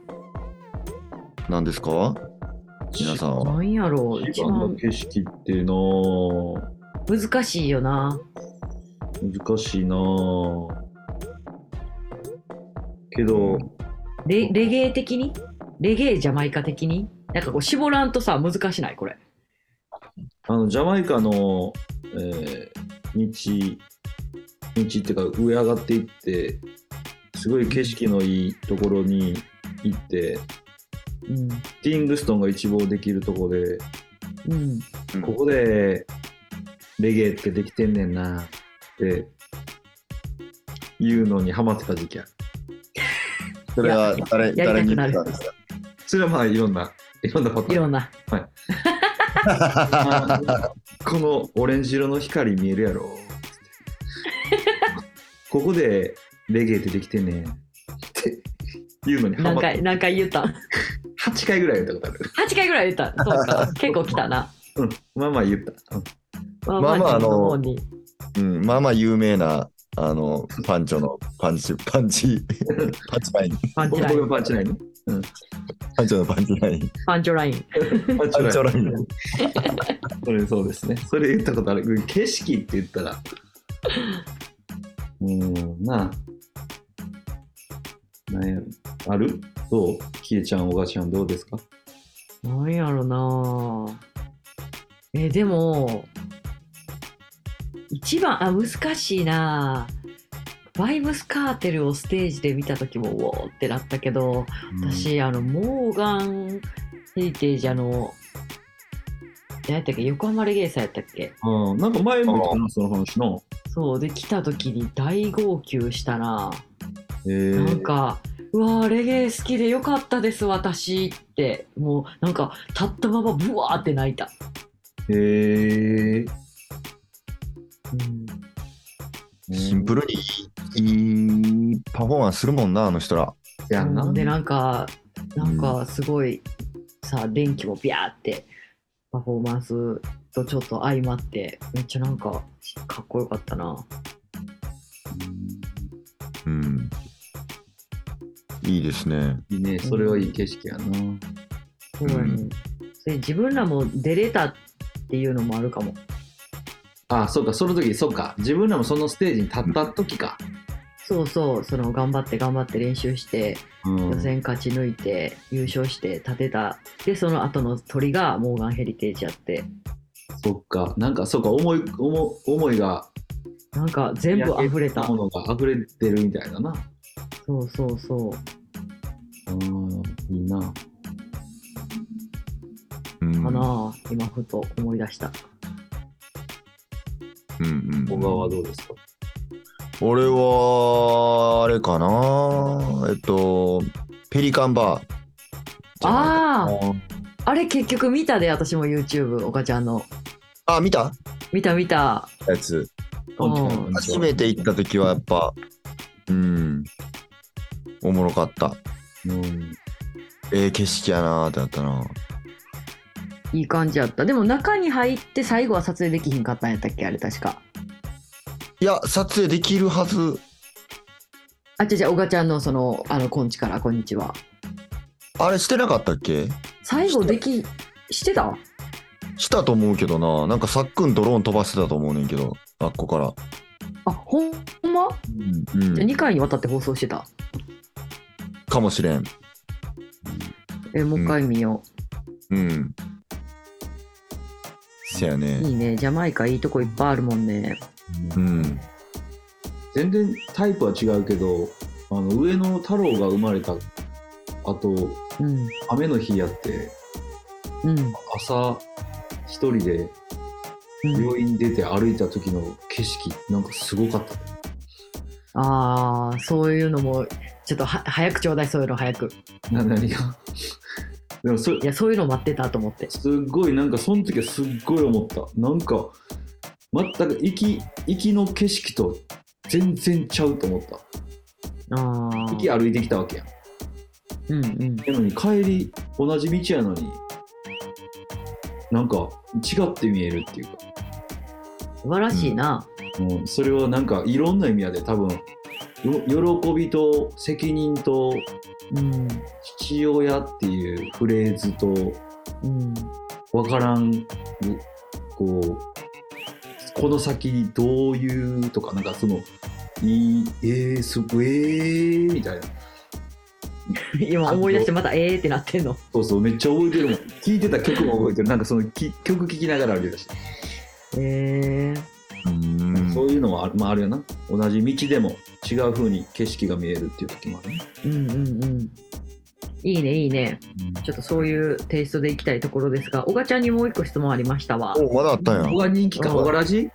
Speaker 3: 何ですか皆さんは。
Speaker 1: なんやろう、
Speaker 2: 一
Speaker 1: 一
Speaker 2: 番の
Speaker 1: 番
Speaker 2: 景色っていうのは
Speaker 1: 難しいよな。
Speaker 2: 難しいなぁけど、
Speaker 1: レレゲエ的にレゲエジャマイカ的になんかこう、絞らんとさ、難しない、これ。
Speaker 2: あのジャマイカの、えー道道っていうか上上がっていってすごい景色のいいところに行って
Speaker 1: うん。
Speaker 2: ティングストンが一望できるとこで
Speaker 1: うん。
Speaker 2: ここでレゲエってできてんねんなっていうのにハマってた時期や
Speaker 3: それは誰、
Speaker 1: や
Speaker 3: 誰
Speaker 1: り
Speaker 3: に
Speaker 1: たく
Speaker 3: 言
Speaker 1: な
Speaker 3: っ
Speaker 1: る
Speaker 3: てたんです
Speaker 2: それはまあいろんないろんなパターン
Speaker 1: いろんな。
Speaker 2: あ
Speaker 3: か
Speaker 2: このオレンジ色の光見えるやろ。ここでレゲエ出てきてね。っていうのに
Speaker 1: 何
Speaker 2: ハマって
Speaker 1: 回、何回言った ?8
Speaker 2: 8回ぐらい言ったことある。
Speaker 1: 回ぐらい言った。そう か。結構来たな。
Speaker 2: うん、まあまあ言った。うん
Speaker 1: まあ
Speaker 3: まあまあ
Speaker 1: 自分
Speaker 3: あの
Speaker 1: 方に
Speaker 3: うん。まあまあ有名な、あの、パンチョのパンチ、パンチ、パンチライン。
Speaker 1: パンチ
Speaker 2: 僕
Speaker 1: ライン。
Speaker 2: のパンチラインね。
Speaker 3: パンチョのパンチライン。
Speaker 1: パンチョライン。
Speaker 2: パン
Speaker 3: パンチョライン。
Speaker 2: それそうですね。それ言ったことある。景色って言ったら。うん、なあ。なんやろ。あるどうキエちゃん、おがちゃん、どうですか
Speaker 1: なんやろなえーでも一番あ難しいなバイブスカーテルをステージで見た時もうおーってなったけど私あのモーガンヘリテージあの何やったっけ横浜レゲエさんやったっけ
Speaker 2: うん、なんか前も言ったな、その話の。
Speaker 1: そうで来た時に大号泣したな
Speaker 2: え
Speaker 1: なんか、うわーレゲエ好きでよかったです私ってもうなんか立ったままブワーって泣いた、
Speaker 2: へえ。
Speaker 1: うん
Speaker 3: シンプルにいいパフォーマンスするもんな、あの人ら。
Speaker 2: やんな。
Speaker 1: でなんかなんかすごい、さ電気もビャーってパフォーマンスとちょっと相まってめっちゃなんかかっこよかったな
Speaker 3: うん。いいですね。
Speaker 2: いいね、それはいい景色やな。
Speaker 1: そうやねそれ自分らも出れたっていうのもあるかも
Speaker 2: あ、そうか、その時、そうか。自分らもそのステージに立った時か。
Speaker 1: そうそうその頑張って頑張って練習して
Speaker 2: うん
Speaker 1: 予選勝ち抜いて優勝して立てたでその後の鳥がモーガンヘリテージやって
Speaker 2: そっか、なんか、そうか、思い、思思いが、
Speaker 1: なんか全部溢れた
Speaker 2: ものが溢れてるみたいだな。
Speaker 1: そうそうそう
Speaker 2: うん、いいな。
Speaker 3: うん。
Speaker 1: かな、今ふと思い出した
Speaker 3: うんう
Speaker 2: 小
Speaker 3: ん、
Speaker 2: 川はどうですか
Speaker 3: 俺は、あれかな。えっと、ペリカンバー。
Speaker 1: あああれ結局見たで私も YouTube 岡ちゃんの
Speaker 3: あ、見た
Speaker 1: 見た見た。
Speaker 3: やつ。
Speaker 2: トンチ
Speaker 1: うん
Speaker 3: 初めて行った時はやっぱ、うん、おもろかった。
Speaker 2: うん
Speaker 3: ええ景色やなーってなったな。
Speaker 1: いい感じやった。でも中に入って最後は撮影できひんかったんやったっけあれ確か。
Speaker 3: いや、撮影できるはず。
Speaker 1: あ、じゃじゃ、おがちゃんのその、あの、こんちから、こんにちは。
Speaker 3: あれしてなかったっけ
Speaker 1: 最後でき、してた
Speaker 3: したと思うけどな。なんかさっくんドローン飛ばしてたと思うねんけど、あっこから。
Speaker 1: あ、ほんま、
Speaker 3: うん
Speaker 1: じゃあ ?2 回にわたって放送してた。
Speaker 3: かもしれん。
Speaker 1: え、もう一回見よ
Speaker 3: うん。せや
Speaker 1: う。
Speaker 3: ね。
Speaker 1: いいね。ジャマイカいいとこいっぱいあるもんね。
Speaker 3: うん。
Speaker 2: 全然タイプは違うけどあの上野太郎が生まれたあと
Speaker 1: うん。
Speaker 2: 雨の日やって
Speaker 1: うん。
Speaker 2: 朝一人で
Speaker 1: うん、
Speaker 2: 病院出て歩いた時の景色なんかすごかった
Speaker 1: ああ、そういうのも、ちょっとは早くちょうだい、そういうの早く。
Speaker 2: な何が でもそ
Speaker 1: いや、そういうの待ってたと思って。
Speaker 2: すっごいなんかその時はすっごい思ったなんか全く行き行きの景色と全然ちゃうと思った
Speaker 1: ああ。
Speaker 2: 行き歩いてきたわけやん
Speaker 1: うんうん。
Speaker 2: なのに帰り同じ道やのになんか違って見えるっていうか、
Speaker 1: 素晴らしいな。
Speaker 2: うん、それはなんかいろんな意味やで多分よ喜びと責任と
Speaker 1: うん。
Speaker 2: 父親っていうフレーズと
Speaker 1: うん。
Speaker 2: わからんうこうこの先どういうとかなんかそのいいえー、すごいえー、みたいな
Speaker 1: 今思い出してまた、ええー、ってなってんの。
Speaker 2: そうそうめっちゃ覚えてるもん聴いてた曲も覚えてるなんかそのき曲聴きながら歩いてたし、
Speaker 1: ええ
Speaker 3: うん
Speaker 2: そういうのはある,、まあ、あるよな同じ道でも違う風に景色が見えるっていう時もあるね、
Speaker 1: うんうんうん。いいね、いいね。ちょっとそういうテイストでいきたいところですが、小賀ちゃんにもう一個質問ありましたわ。
Speaker 3: お、まだあったんや。
Speaker 2: 小が人気か
Speaker 1: うん
Speaker 2: 小がらじ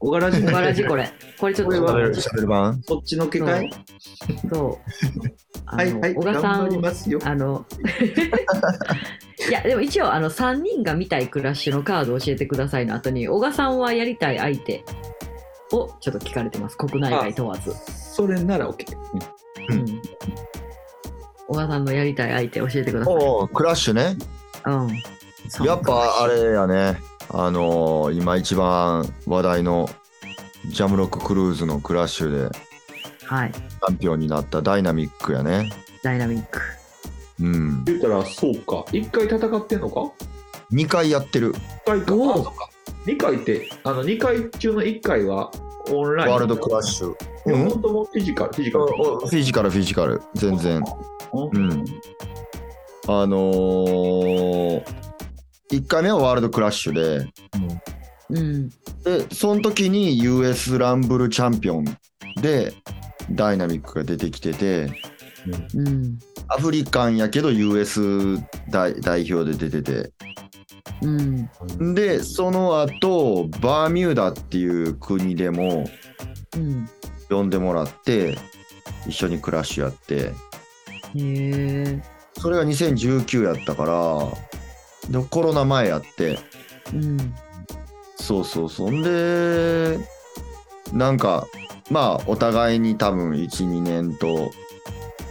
Speaker 2: 小がらじ
Speaker 1: 小柄 じこれ。これちょっと、
Speaker 2: これは
Speaker 3: 喋る版
Speaker 2: そっちのけかい
Speaker 1: そう。あ
Speaker 2: はい
Speaker 1: の
Speaker 2: はい
Speaker 1: 小賀
Speaker 2: 頑
Speaker 1: さ
Speaker 2: 張り
Speaker 1: ん、
Speaker 2: ますよ
Speaker 1: あの、いや、でも一応、あの、3人が見たいクラッシュのカードを教えてくださいの後に、小賀さんはやりたい相手をちょっと聞かれてます。国内外問わず。
Speaker 2: それなら OK
Speaker 1: うん小賀さんのやりたい相手教えてください。
Speaker 3: おうクラッシュね。
Speaker 1: うん。
Speaker 3: やっぱあれやね、あのー今一番話題のジャムロッククルーズのクラッシュでチ
Speaker 1: はい。
Speaker 3: ャンピオンになったダイナミックやね。
Speaker 1: ダイナミック。
Speaker 3: うん。
Speaker 2: 言ったらそうか一回戦ってんのか
Speaker 3: 2回やってる。
Speaker 2: 一回か
Speaker 1: おう
Speaker 2: あそうか2回ってあの2回中の1回はオンライン
Speaker 3: ワールドクラッシュ。
Speaker 2: で
Speaker 3: うん
Speaker 2: も本当もうフィジカルフィジカル
Speaker 3: おフィジカル、フィジカル。全然。
Speaker 2: う
Speaker 3: うんん。あのー、1回目はワールドクラッシュで、
Speaker 1: うん。
Speaker 3: で、その時に US ランブルチャンピオンでダイナミックが出てきてて、
Speaker 1: うん。
Speaker 3: アフリカンやけど US 代代表で出てて、
Speaker 1: うん。
Speaker 3: でその後バーミューダっていう国でも
Speaker 1: うん。
Speaker 3: 呼んでもらって一緒にクラッシュやって
Speaker 1: へえ。
Speaker 3: それが2019やったからでコロナ前やって
Speaker 1: うん。
Speaker 3: そうそうそんでなんかまあお互いに多分12年と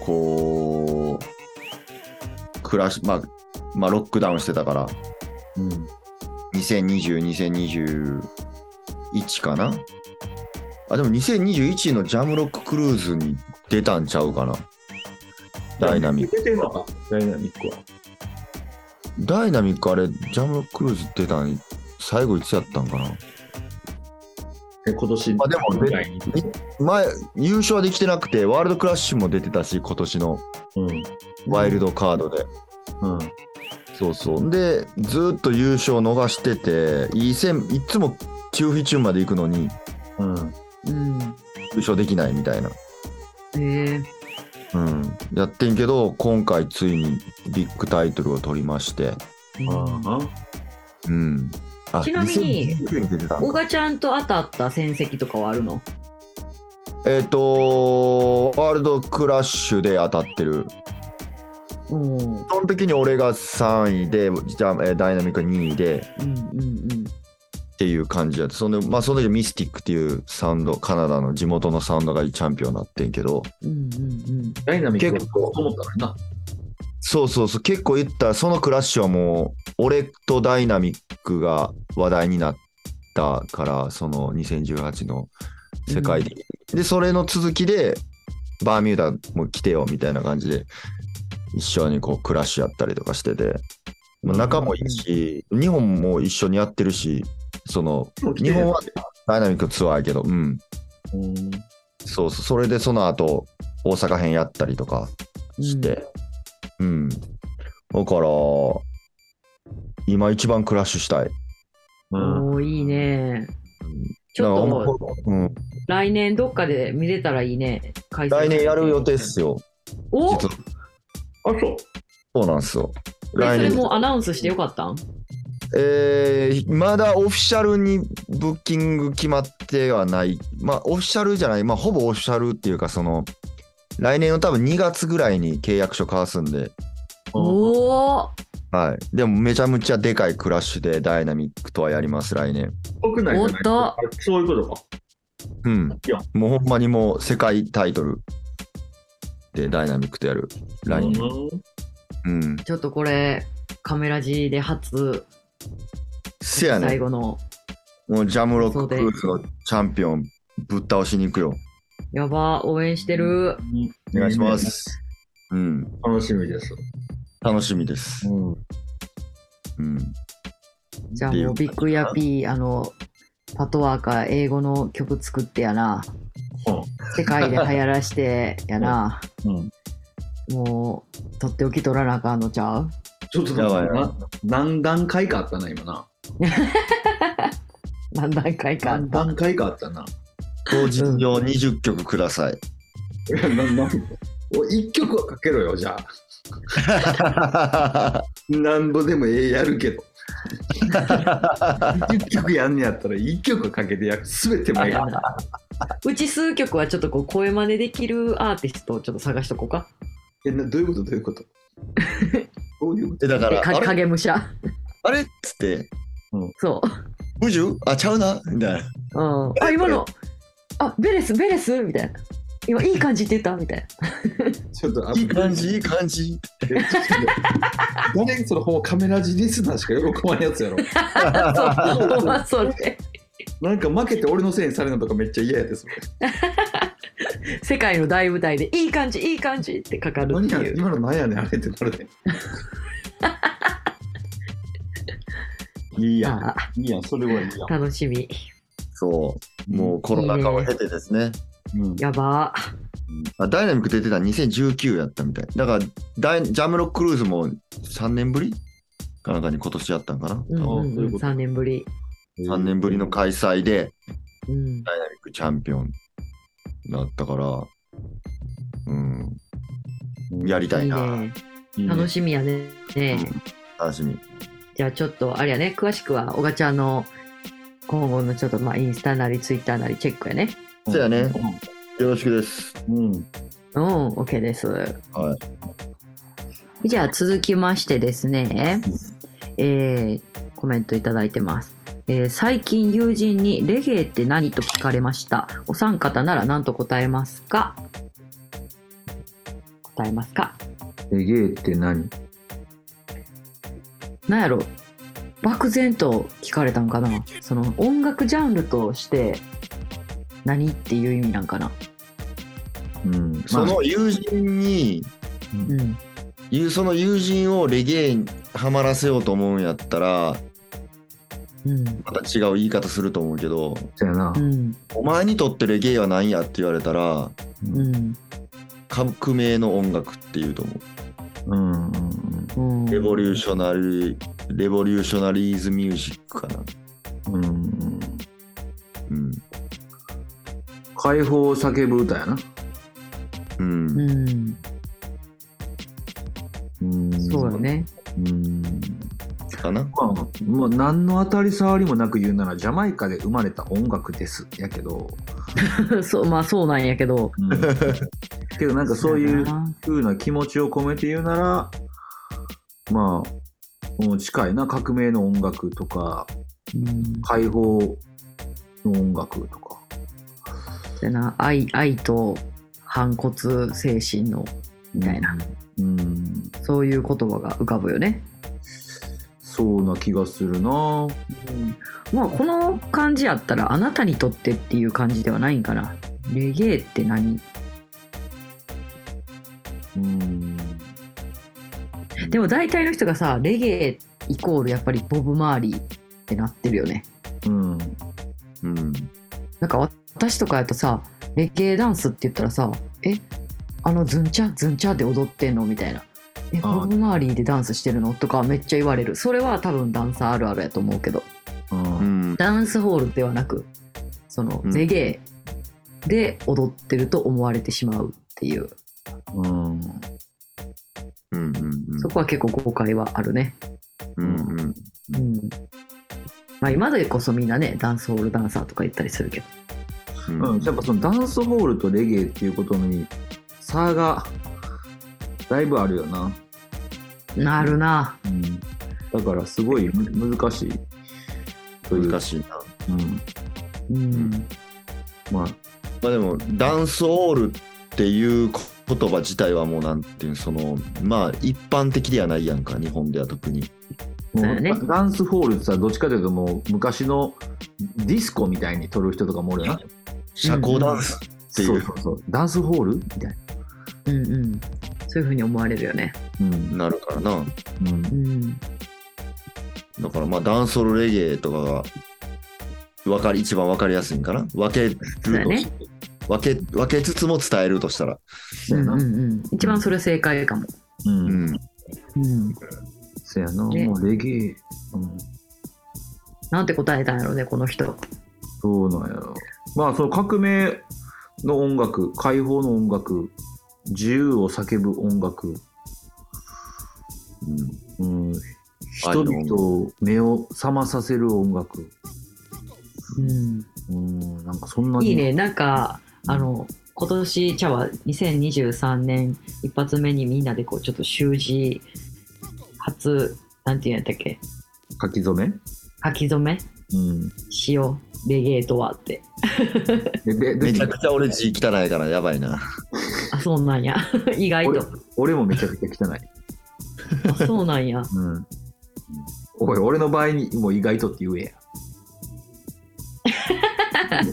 Speaker 3: こうクラッシュまあまあロックダウンしてたから
Speaker 2: うん
Speaker 3: 2020、2021かなあ、でも2021のジャムロッククルーズに出たんちゃうかなダイナミック。
Speaker 2: 出てんのかダイナミックは
Speaker 3: ダイナミックあれ、ジャムロッククルーズ出たん最後いつやったんかな
Speaker 2: え今年
Speaker 3: まあでも
Speaker 2: オンライン
Speaker 3: 前、優勝はできてなくて、ワールドクラッシュも出てたし、今年の
Speaker 2: うん
Speaker 3: ワイルドカードで。
Speaker 2: うん
Speaker 3: そうそう。で、ずーっと優勝逃してて、いい線、いつも9フィチューンまで行くのに
Speaker 2: うん
Speaker 1: うん。
Speaker 3: 優勝できないみたいな。
Speaker 1: へえ。
Speaker 3: うん、やってんけど今回ついにビッグタイトルを取りまして、
Speaker 2: ああ
Speaker 3: うん、あ
Speaker 1: ちなみに
Speaker 3: 2019に出てた
Speaker 1: 小賀ちゃんと当たった戦績とかはあるの
Speaker 3: えっ、とワールドクラッシュで当たってる
Speaker 1: うん。うん
Speaker 3: その時に俺が3位でじゃあえーダイナミックが2位で
Speaker 1: うんうん。
Speaker 3: っていう感じやって、そのまあ、その時ミスティックっていうサウンド、カナダの地元のサウンドがチャンピオンになってんけど、
Speaker 1: うんうん
Speaker 2: ダイナミックだ
Speaker 3: 結構
Speaker 2: と思ったのに
Speaker 3: そうそうそう、結構言ったら、そのクラッシュはもう、俺とダイナミックが話題になったから、その2018の世界的に。で、それの続きで、バーミューダも来てよみたいな感じで、一緒にこうクラッシュやったりとかしてて、まあ仲もいいし、日本も一緒にやってるし、その、
Speaker 2: な。
Speaker 3: 日本はダイナミックのツアーやけど、うん。
Speaker 2: うん
Speaker 3: そうそう、それでその後、大阪編やったりとか、
Speaker 1: うん。
Speaker 3: して、うん。だから、今一番クラッシュしたい。
Speaker 1: おおいいね。ち
Speaker 3: だか
Speaker 1: ょ
Speaker 3: らほんま
Speaker 1: っと
Speaker 3: うん、
Speaker 1: 来年どっかで見れたらいいね。開催
Speaker 3: 来年やる予定っすよ。
Speaker 1: おえ
Speaker 3: 実は
Speaker 2: あ、そう。
Speaker 3: そうなんですよ。
Speaker 1: そ
Speaker 3: 来
Speaker 1: れ
Speaker 3: 年。
Speaker 1: もアナウンスしてよかったん
Speaker 3: えー、まだオフィシャルにブッキング決まってはない。まあ、オフィシャルじゃない。まあ、ほぼオフィシャルっていうか、その、来年の多分2月ぐらいに契約書交わすんで、
Speaker 2: うん
Speaker 1: おお
Speaker 3: はい。でもめちゃめちゃでかいクラッシュでダイナミックとはやります、来年。
Speaker 2: 国内じゃない
Speaker 1: おっと
Speaker 2: あそういうことか。
Speaker 3: うん。
Speaker 2: いや
Speaker 3: もうほんまにもう世界タイトルでダイナミックとやる来年。
Speaker 2: うん
Speaker 3: うん。
Speaker 1: ちょっとこれ、カメラ G で初、
Speaker 3: せや
Speaker 1: 最
Speaker 3: ね
Speaker 1: 後の。
Speaker 3: もうジャムロッ
Speaker 1: そう
Speaker 3: クク
Speaker 1: で
Speaker 3: ルーズのチャンピオンぶっ倒しに行くよ。
Speaker 1: やば、応援してる。
Speaker 3: お願いしま。す。うん。
Speaker 2: 楽しみです。
Speaker 3: 楽しみです。
Speaker 2: うん。
Speaker 3: うん。
Speaker 1: じゃあもう、ビッグやピー、あの、パトワーカー、英語の曲作ってやな。世界で流行らしてやな。
Speaker 2: うん
Speaker 1: もう、とっておき取らなあかんのちゃう
Speaker 2: ちょっと
Speaker 3: やばいな
Speaker 2: な何段階かあったな、今な。
Speaker 1: 何段階かあ
Speaker 2: 何
Speaker 1: った。
Speaker 2: 段階かあったな。
Speaker 3: 当日用20曲くだ さい。
Speaker 2: いやななお一曲はかけろよ、じゃあ。何度でもええやるけど。 一曲やんねやったら一曲はかけてやる。すべてもええやん。
Speaker 1: うち数曲はちょっとこう声真似できるアーティストをちょっと探しとこうか。
Speaker 2: えなどういうことどういうこと どういうこ
Speaker 3: で、だか
Speaker 1: で
Speaker 3: ら、
Speaker 1: か
Speaker 3: あれ
Speaker 1: 影武者。
Speaker 3: あれっつって、
Speaker 1: そ
Speaker 3: 無重あ、ちゃうなみた
Speaker 1: う。
Speaker 3: いな。
Speaker 1: うん、あ、今の、あ、ベレス、ベレスみたいな。今、いい感じって言ったみたいな。
Speaker 2: とちょっと
Speaker 3: いい感じ、いい感じ。
Speaker 2: えちょっと誰そのほんまカメラジリスナーしか喜ばんやつやろ。
Speaker 1: そう、ほんまそれ。
Speaker 2: なんか負けて俺のせいにされるのとかめっちゃ嫌やです。
Speaker 1: 世界の大舞台で、いい感じ、いい感じってかかるっ
Speaker 2: 何
Speaker 1: て
Speaker 2: や
Speaker 1: いう。
Speaker 2: 今の何やねんあれってなる で。いいやん
Speaker 1: あ。
Speaker 2: いいやん。それはいいやん。
Speaker 1: 楽しみ。
Speaker 3: そう。もうコロナ禍を経てですね。
Speaker 2: うん
Speaker 1: やば。
Speaker 3: あダイナミック出てたの2019やったみたい。だからダイ、ジャムロッククルーズも3年ぶりかなんかに今年やったんかな。
Speaker 1: うん
Speaker 2: そううい
Speaker 1: ん
Speaker 2: う
Speaker 1: う
Speaker 2: こ
Speaker 1: ん、
Speaker 2: と
Speaker 1: 3年ぶり。
Speaker 3: 3年ぶりの開催で、
Speaker 1: うん、
Speaker 3: ダイナミックチャンピオンだったから、うん、やりたい
Speaker 1: いい
Speaker 3: な。
Speaker 1: ね。
Speaker 2: いいね
Speaker 1: 楽しみやね。ね
Speaker 3: うん楽しみ。
Speaker 1: じゃあちょっと、あれやね、詳しくは、おがちゃんの今後のちょっと、まあ、インスタなり、ツイッターなり、チェックやね。
Speaker 3: そうやね。よろしくです。
Speaker 2: うん。
Speaker 1: うん、OK です。
Speaker 3: は
Speaker 1: じゃあ続きましてですね、えーコメントいただいてます。えー最近友人にレゲエって何と聞かれました。お三方なら何と答えますか答えますか
Speaker 2: レゲエって何
Speaker 1: なんやろ漠然と聞かれたんかなその音楽ジャンルとして何っていう意味なんかな
Speaker 2: うん。まあ
Speaker 3: その友人に、
Speaker 1: うん。
Speaker 3: いうその友人をレゲエにハマらせようと思うんやったら、
Speaker 1: うん。
Speaker 3: また違う言い方すると思うけど、
Speaker 2: そうやな
Speaker 1: う。ん。
Speaker 3: お前にとってレゲエは何やって言われたら、
Speaker 1: うん。
Speaker 3: 革命の音楽っていうと思う。
Speaker 2: うん。うんうん
Speaker 1: うん。
Speaker 3: レボリューショナリー、レボリューショナリーズミュージックかな。
Speaker 2: うんうん。
Speaker 3: うん。
Speaker 2: 解放を叫ぶ歌やな。
Speaker 3: うん。
Speaker 1: うん。
Speaker 2: うん
Speaker 1: そうよ。ね。
Speaker 2: うん。
Speaker 3: かな。
Speaker 2: まあ、もう何の当たり障りもなく言うなら、ジャマイカで生まれた音楽です。やけど、
Speaker 1: そう、まあそうなんやけど。
Speaker 2: けどなんかそういう風な気持ちを込めて言うなら、まあ、もう近いな、革命の音楽とか、
Speaker 1: うん
Speaker 2: 解放の音楽とか。
Speaker 1: てな愛愛と反骨精神のみたいな、
Speaker 2: うん、
Speaker 1: そういう言葉が浮かぶよね、
Speaker 2: そうな気がするな。
Speaker 1: まあこの感じやったら「あなたにとって」っていう感じではないんかなレゲエって何
Speaker 2: うん。
Speaker 1: でも大体の人がさレゲエイコールやっぱりボブ・マーリーってなってるよね
Speaker 2: うん。
Speaker 3: うん。
Speaker 1: なんか私とかやとさレゲエダンスって言ったらさ「えあのズンチャズンチャで踊ってんの?」みたいな「え
Speaker 2: あー
Speaker 1: ボブ・マーリーでダンスしてるの?」とかめっちゃ言われるそれは多分ダンサーあるあるやと思うけど
Speaker 2: うん
Speaker 3: うん。
Speaker 1: ダンスホールではなくその
Speaker 3: うん
Speaker 1: レゲエで踊ってると思われてしまうっていう、
Speaker 2: うん。
Speaker 3: うん。うん
Speaker 1: そこは結構誤解はあるね、
Speaker 3: うん。うん。
Speaker 1: うんまあ、今でこそみんなねダンスホールダンサーとか言ったりするけど
Speaker 3: うん。
Speaker 2: うん、やっぱそのダンスホールとレゲエっていうことに差がだいぶあるよな、
Speaker 1: なるな
Speaker 2: うん、だからすごいむ難しいという
Speaker 3: 難しいな。
Speaker 2: うん、
Speaker 1: うん、
Speaker 3: ん
Speaker 2: まあ
Speaker 3: まあでもダンスオールっていう言葉自体はもうなんていうのそのまあ一般的ではないやんか日本では特に
Speaker 1: そう
Speaker 2: も
Speaker 1: だ
Speaker 2: う
Speaker 1: ね
Speaker 2: ダンスホールってさどっちかというともう昔のディスコみたいに撮る人とかもおるよな
Speaker 3: 社交ダンスっていう
Speaker 2: そうそうそうダンスホールみたいな
Speaker 1: うんうんそういうふうに思われるよね
Speaker 2: うん
Speaker 3: になるからな
Speaker 2: うん
Speaker 1: うん
Speaker 3: だからまあダンスオールレゲエとかがわかり一番わかりやすいんかな分けると
Speaker 1: そうだね
Speaker 3: 分け分けつつも伝えるとしたら
Speaker 2: そう
Speaker 1: う
Speaker 2: や
Speaker 1: んう
Speaker 2: なん
Speaker 1: うん一番それ正解かも、
Speaker 2: うん、
Speaker 3: う
Speaker 1: う
Speaker 3: ん
Speaker 1: ん、
Speaker 2: そうやな
Speaker 1: ね
Speaker 2: もうレゲエ、うん、
Speaker 1: なんて答えたんやろうねこの人
Speaker 2: そうなんやろ。まあその革命の音楽、解放の音楽、自由を叫ぶ音楽、うん、人々を目を覚まさせる音楽、
Speaker 1: うん
Speaker 2: うん、なんかそんなに。
Speaker 1: いいね、なんか、あの、今年、茶は2023年一発目にみんなでこう、ちょっと習字、初、なんていうんやったっけ、
Speaker 2: 書き初め、
Speaker 1: 書き初め
Speaker 2: うん、
Speaker 1: しよう、レゲエとはって。
Speaker 2: でで
Speaker 3: め
Speaker 2: で
Speaker 3: ちゃくちゃ俺字汚いからやばいな
Speaker 1: あ、そうなんや。 意外
Speaker 2: 俺
Speaker 1: と。
Speaker 2: 俺もめちゃくちゃ汚い。
Speaker 1: あ、そうなんや。
Speaker 2: うん、おい、俺の場合にもう意外とって言えや。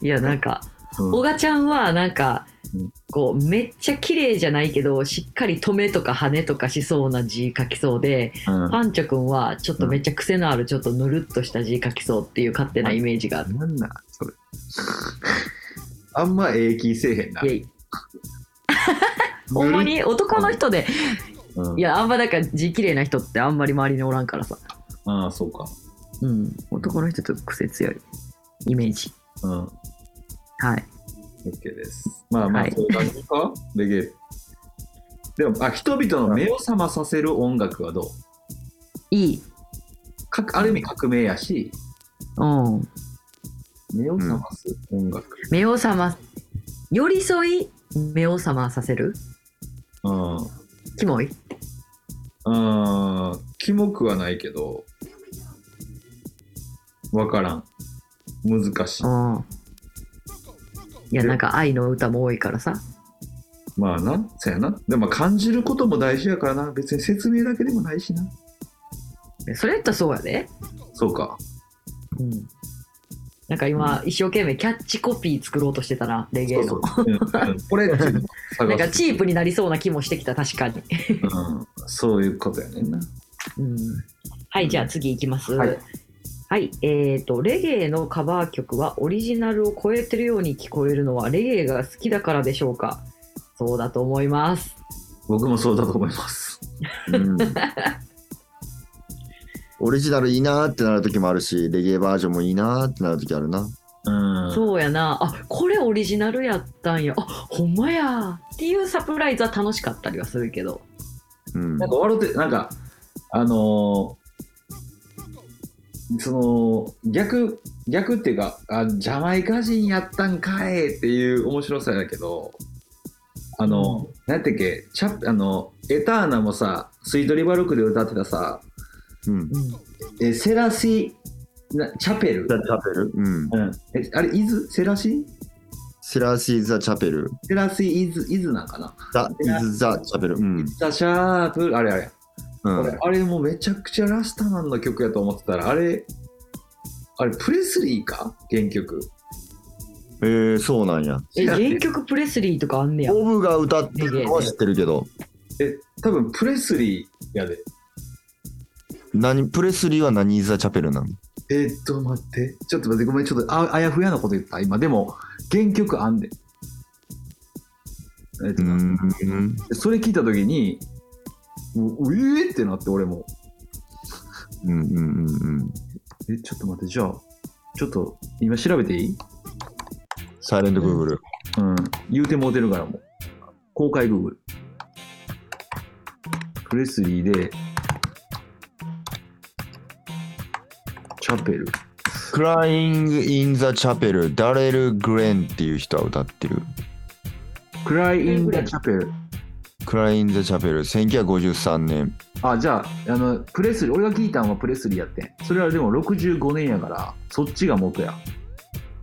Speaker 1: いや、なんか、
Speaker 2: うん
Speaker 1: 小賀ちゃんは、なんか
Speaker 2: うん、
Speaker 1: こう、めっちゃ綺麗じゃないけど、しっかり止めとか羽とかしそうな字書きそうで、
Speaker 2: うん
Speaker 1: パンチョくんは、ちょっとめっちゃ癖のある、ちょっとぬるっとした字書きそうっていう勝手なイメージがある。
Speaker 2: なんなんそれ。あんまええ気せえへんな。
Speaker 1: イエイほんまに男の人で、
Speaker 2: うん
Speaker 1: いやあんまなんか字綺麗な人ってあんまり周りにおらんからさ、
Speaker 2: ああ、そうか。
Speaker 1: うん、男の人ちょっと癖強いイメージ
Speaker 2: うん。
Speaker 1: はい
Speaker 2: OK です。まあまあ、
Speaker 1: はい
Speaker 2: そういう感じか、レゲエ。でも、あ、人々の目を覚まさせる音楽はどう
Speaker 1: いい
Speaker 2: かある意味革命やし、
Speaker 1: うん
Speaker 2: 目を覚ます音楽。
Speaker 1: 目を覚ま寄り添い目を覚まさせる
Speaker 2: うん。う
Speaker 1: キモい
Speaker 2: ーん。キモくはないけど、わからん。難しい。
Speaker 1: うんいやなんか愛の歌も多いからさ
Speaker 2: まあな、そやな。でも感じることも大事やからな。別に説明だけでもないしな。
Speaker 1: それやったらそうやで、
Speaker 2: そうか。
Speaker 1: うん、なんか今一生懸命キャッチコピー作ろうとしてたなレゲエの
Speaker 2: そう そう。うんうんこれ、
Speaker 1: な
Speaker 2: なん
Speaker 1: かチープになりそうな気もしてきた確かに
Speaker 2: うん、そういうことやねんな。
Speaker 1: はい、じゃあ次いきます。
Speaker 2: は
Speaker 1: はいい、えっ、と、レゲエのカバー曲はオリジナルを超えてるように聞こえるのはレゲエが好きだからでしょうかそうだと思います。
Speaker 2: 僕もそうだと思います。
Speaker 3: うんオリジナルいいなーってなる時もあるしレゲエバージョンもいいなーってなる時あるな
Speaker 2: うん
Speaker 1: そうやな。あ、これオリジナルやったんや。あ、ほんまや。っていうサプライズは楽しかったりはするけど。
Speaker 3: うん
Speaker 2: なんか笑って、なんか、あのーその、逆、逆っていうか、あ、ジャマイカ人やったんかいっていう面白さやけど、あの、なんてっけ、チャップ、あの、エターナもさ、スイートリバルクで歌ってたさ、
Speaker 3: うん。
Speaker 1: うん
Speaker 2: えーセラシなチャペル
Speaker 3: ザ・チャペルうん。
Speaker 2: うん、えあれ、伊豆セラシ
Speaker 3: セラシー・ザ・チャペル。
Speaker 2: セラシ伊豆、伊豆なんかな
Speaker 3: ザ・イズ・ザ・チャペル。うん。
Speaker 2: ザ・シャープ、あれあれ、
Speaker 3: う
Speaker 2: 俺
Speaker 3: ん。
Speaker 2: あれもうめちゃくちゃラスタマンの曲やと思ってたら、あれ、あれ、プレスリーか原曲。
Speaker 3: えー、そうなんや。
Speaker 1: え原曲プレスリーとかあんねや
Speaker 3: ボブが歌ってるのは知ってるけど、
Speaker 2: え、多分プレスリーやで。
Speaker 3: 何、プレスリーは何・ザ・チャペルなの
Speaker 2: えーっと、待って。ちょっと待って、ごめん、ちょっとああやふやなこと言った、今。でも、原曲あんで。えーっ
Speaker 3: う
Speaker 2: とな、
Speaker 3: ん。
Speaker 2: それ聞いたときに、もううえーってなって、俺も。
Speaker 3: うんうんうんうん。
Speaker 2: え、ちょっと待って、じゃあ、ちょっと、今調べていい
Speaker 3: サイレント・グーグル。
Speaker 2: うん。言うてもうてるからもう。公開 Google。プレスリーで、チャペル。
Speaker 3: クライング・イン・ザ・チャペル、ダレル・グレンっていう人は歌ってる。
Speaker 2: クライイングチャペル。
Speaker 3: クライン・ザ・チャペル、1953年。
Speaker 2: あ、じゃあ、あの、プレスリー、俺が聞いたのはプレスリーやってん。それはでも65年やから、そっちが元や。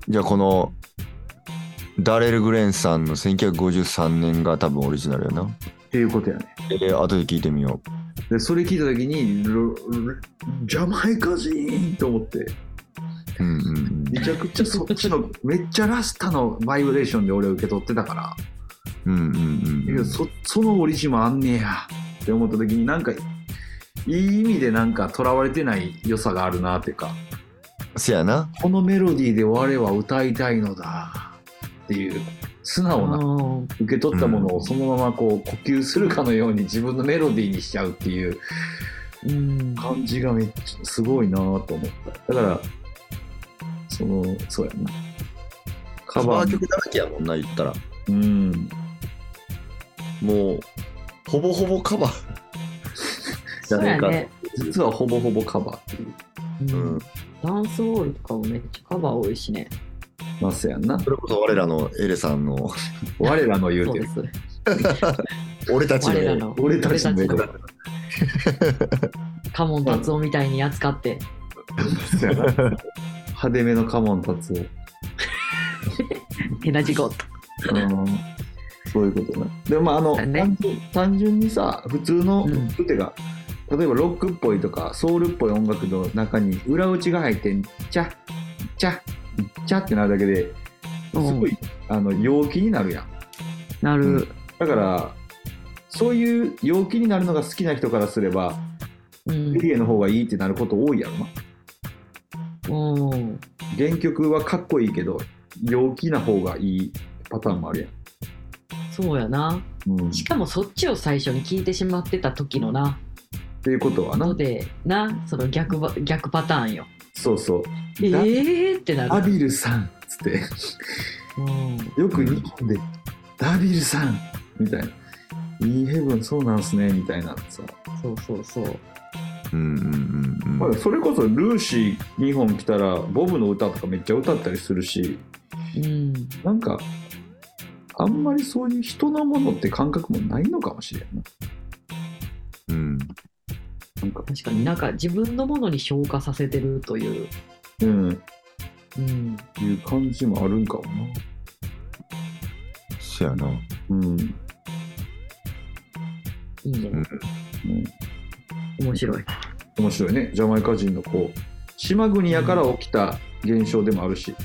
Speaker 3: じゃあこの、ダレル・グレンさんの1953年が多分オリジナルやな。
Speaker 2: っていうことやね。
Speaker 3: えー、後で聞いてみよ
Speaker 2: で、それ聞いたときに、ロロジャマイカ人と思って。
Speaker 3: う。うんうんうん。
Speaker 2: めちゃくちゃそっちの、めっちゃラスタのバイブレーションで俺は受け取ってたから。
Speaker 3: うんうん
Speaker 2: い
Speaker 3: うんう
Speaker 2: や
Speaker 3: ん。
Speaker 2: そそのオリジンもあんねやって思った時になんかいい意味でなんかとらわれてない良さがあるなっていうか
Speaker 3: せやな。
Speaker 2: このメロディーで我は歌いたいのだっていう素直な
Speaker 1: うん
Speaker 2: 受け取ったものをそのままこう呼吸するかのように自分のメロディーにしちゃうっていう
Speaker 1: うん
Speaker 2: 感じがめっちゃすごいなと思っただからそのそうやなカ
Speaker 3: カ
Speaker 2: バ
Speaker 3: バ
Speaker 2: ー
Speaker 3: ー曲だらけやもんな、言ったら。
Speaker 2: うん
Speaker 3: もう、ほぼほぼカバー。じ
Speaker 1: そ
Speaker 3: ゃ
Speaker 1: う
Speaker 3: ねえ
Speaker 1: や
Speaker 3: か。
Speaker 1: ね
Speaker 2: 実はほぼほぼカバーっていう
Speaker 3: うん。
Speaker 1: ダンスホールとかもめっちゃカバー多いしね
Speaker 2: まあそうやんな
Speaker 3: それこそ我らのエレさんの、
Speaker 2: 我らの言
Speaker 1: そうう
Speaker 2: て
Speaker 1: で
Speaker 2: る
Speaker 1: す
Speaker 3: 俺たちの
Speaker 1: 我
Speaker 3: エ
Speaker 1: ら
Speaker 3: レ。
Speaker 1: の
Speaker 2: 俺たちのメ
Speaker 1: 俺
Speaker 2: ロディー
Speaker 1: カモン達夫みたいに扱って
Speaker 2: 派手めのカモン達夫。
Speaker 1: ヘナジゴッ
Speaker 2: そういうことね。でも、まあ、あの、
Speaker 1: だね
Speaker 2: 単純単純にさ、普通の、
Speaker 1: うん
Speaker 2: てか、例えばロックっぽいとか、ソウルっぽい音楽の中に裏打ちが入って、チャチャチャってなるだけで、
Speaker 1: う
Speaker 2: す
Speaker 1: ん
Speaker 2: ごい、あの、陽気になるやん。
Speaker 1: なる
Speaker 2: だから、そういう陽気になるのが好きな人からすれば、
Speaker 1: うん
Speaker 2: エリエの方がいいってなること多いやろな。
Speaker 1: うん
Speaker 2: 原曲はかっこいいけど、陽気な方がいいパターンもある
Speaker 1: そうやな
Speaker 2: やん。うん、っ
Speaker 1: しかもそっちを最初に聞いてしまってた時のな
Speaker 2: ていうことはな
Speaker 1: の。でなその逆ば逆パターンよ
Speaker 2: そうそう。
Speaker 1: え
Speaker 2: だ
Speaker 1: ーってな
Speaker 2: ダ
Speaker 1: る
Speaker 2: ビルさんっつって、
Speaker 1: うん
Speaker 2: よく日本で、ダビルさんみたいな。インヘブンそうなんすねみたいなさ。
Speaker 1: そうそうそう
Speaker 3: うんうんうん
Speaker 2: ま
Speaker 3: う
Speaker 2: あ
Speaker 3: ん。
Speaker 2: それこそルーシー日本来たら、ボブの歌とかめっちゃ歌ったりするし、
Speaker 1: うん
Speaker 2: なんか、あんまりそういう人のものって感覚もないのかもしれんな。
Speaker 3: うん。
Speaker 2: なんか、
Speaker 1: 確かになんか自分のものに消化させてるという
Speaker 2: うん、
Speaker 1: うん
Speaker 2: いう感じもあるんかもな。
Speaker 3: せやな。
Speaker 2: うん。
Speaker 1: いいね
Speaker 2: うん
Speaker 1: 面白い
Speaker 2: 面白いね。ジャマイカ人のこう、島国やから起きた現象でもあるし、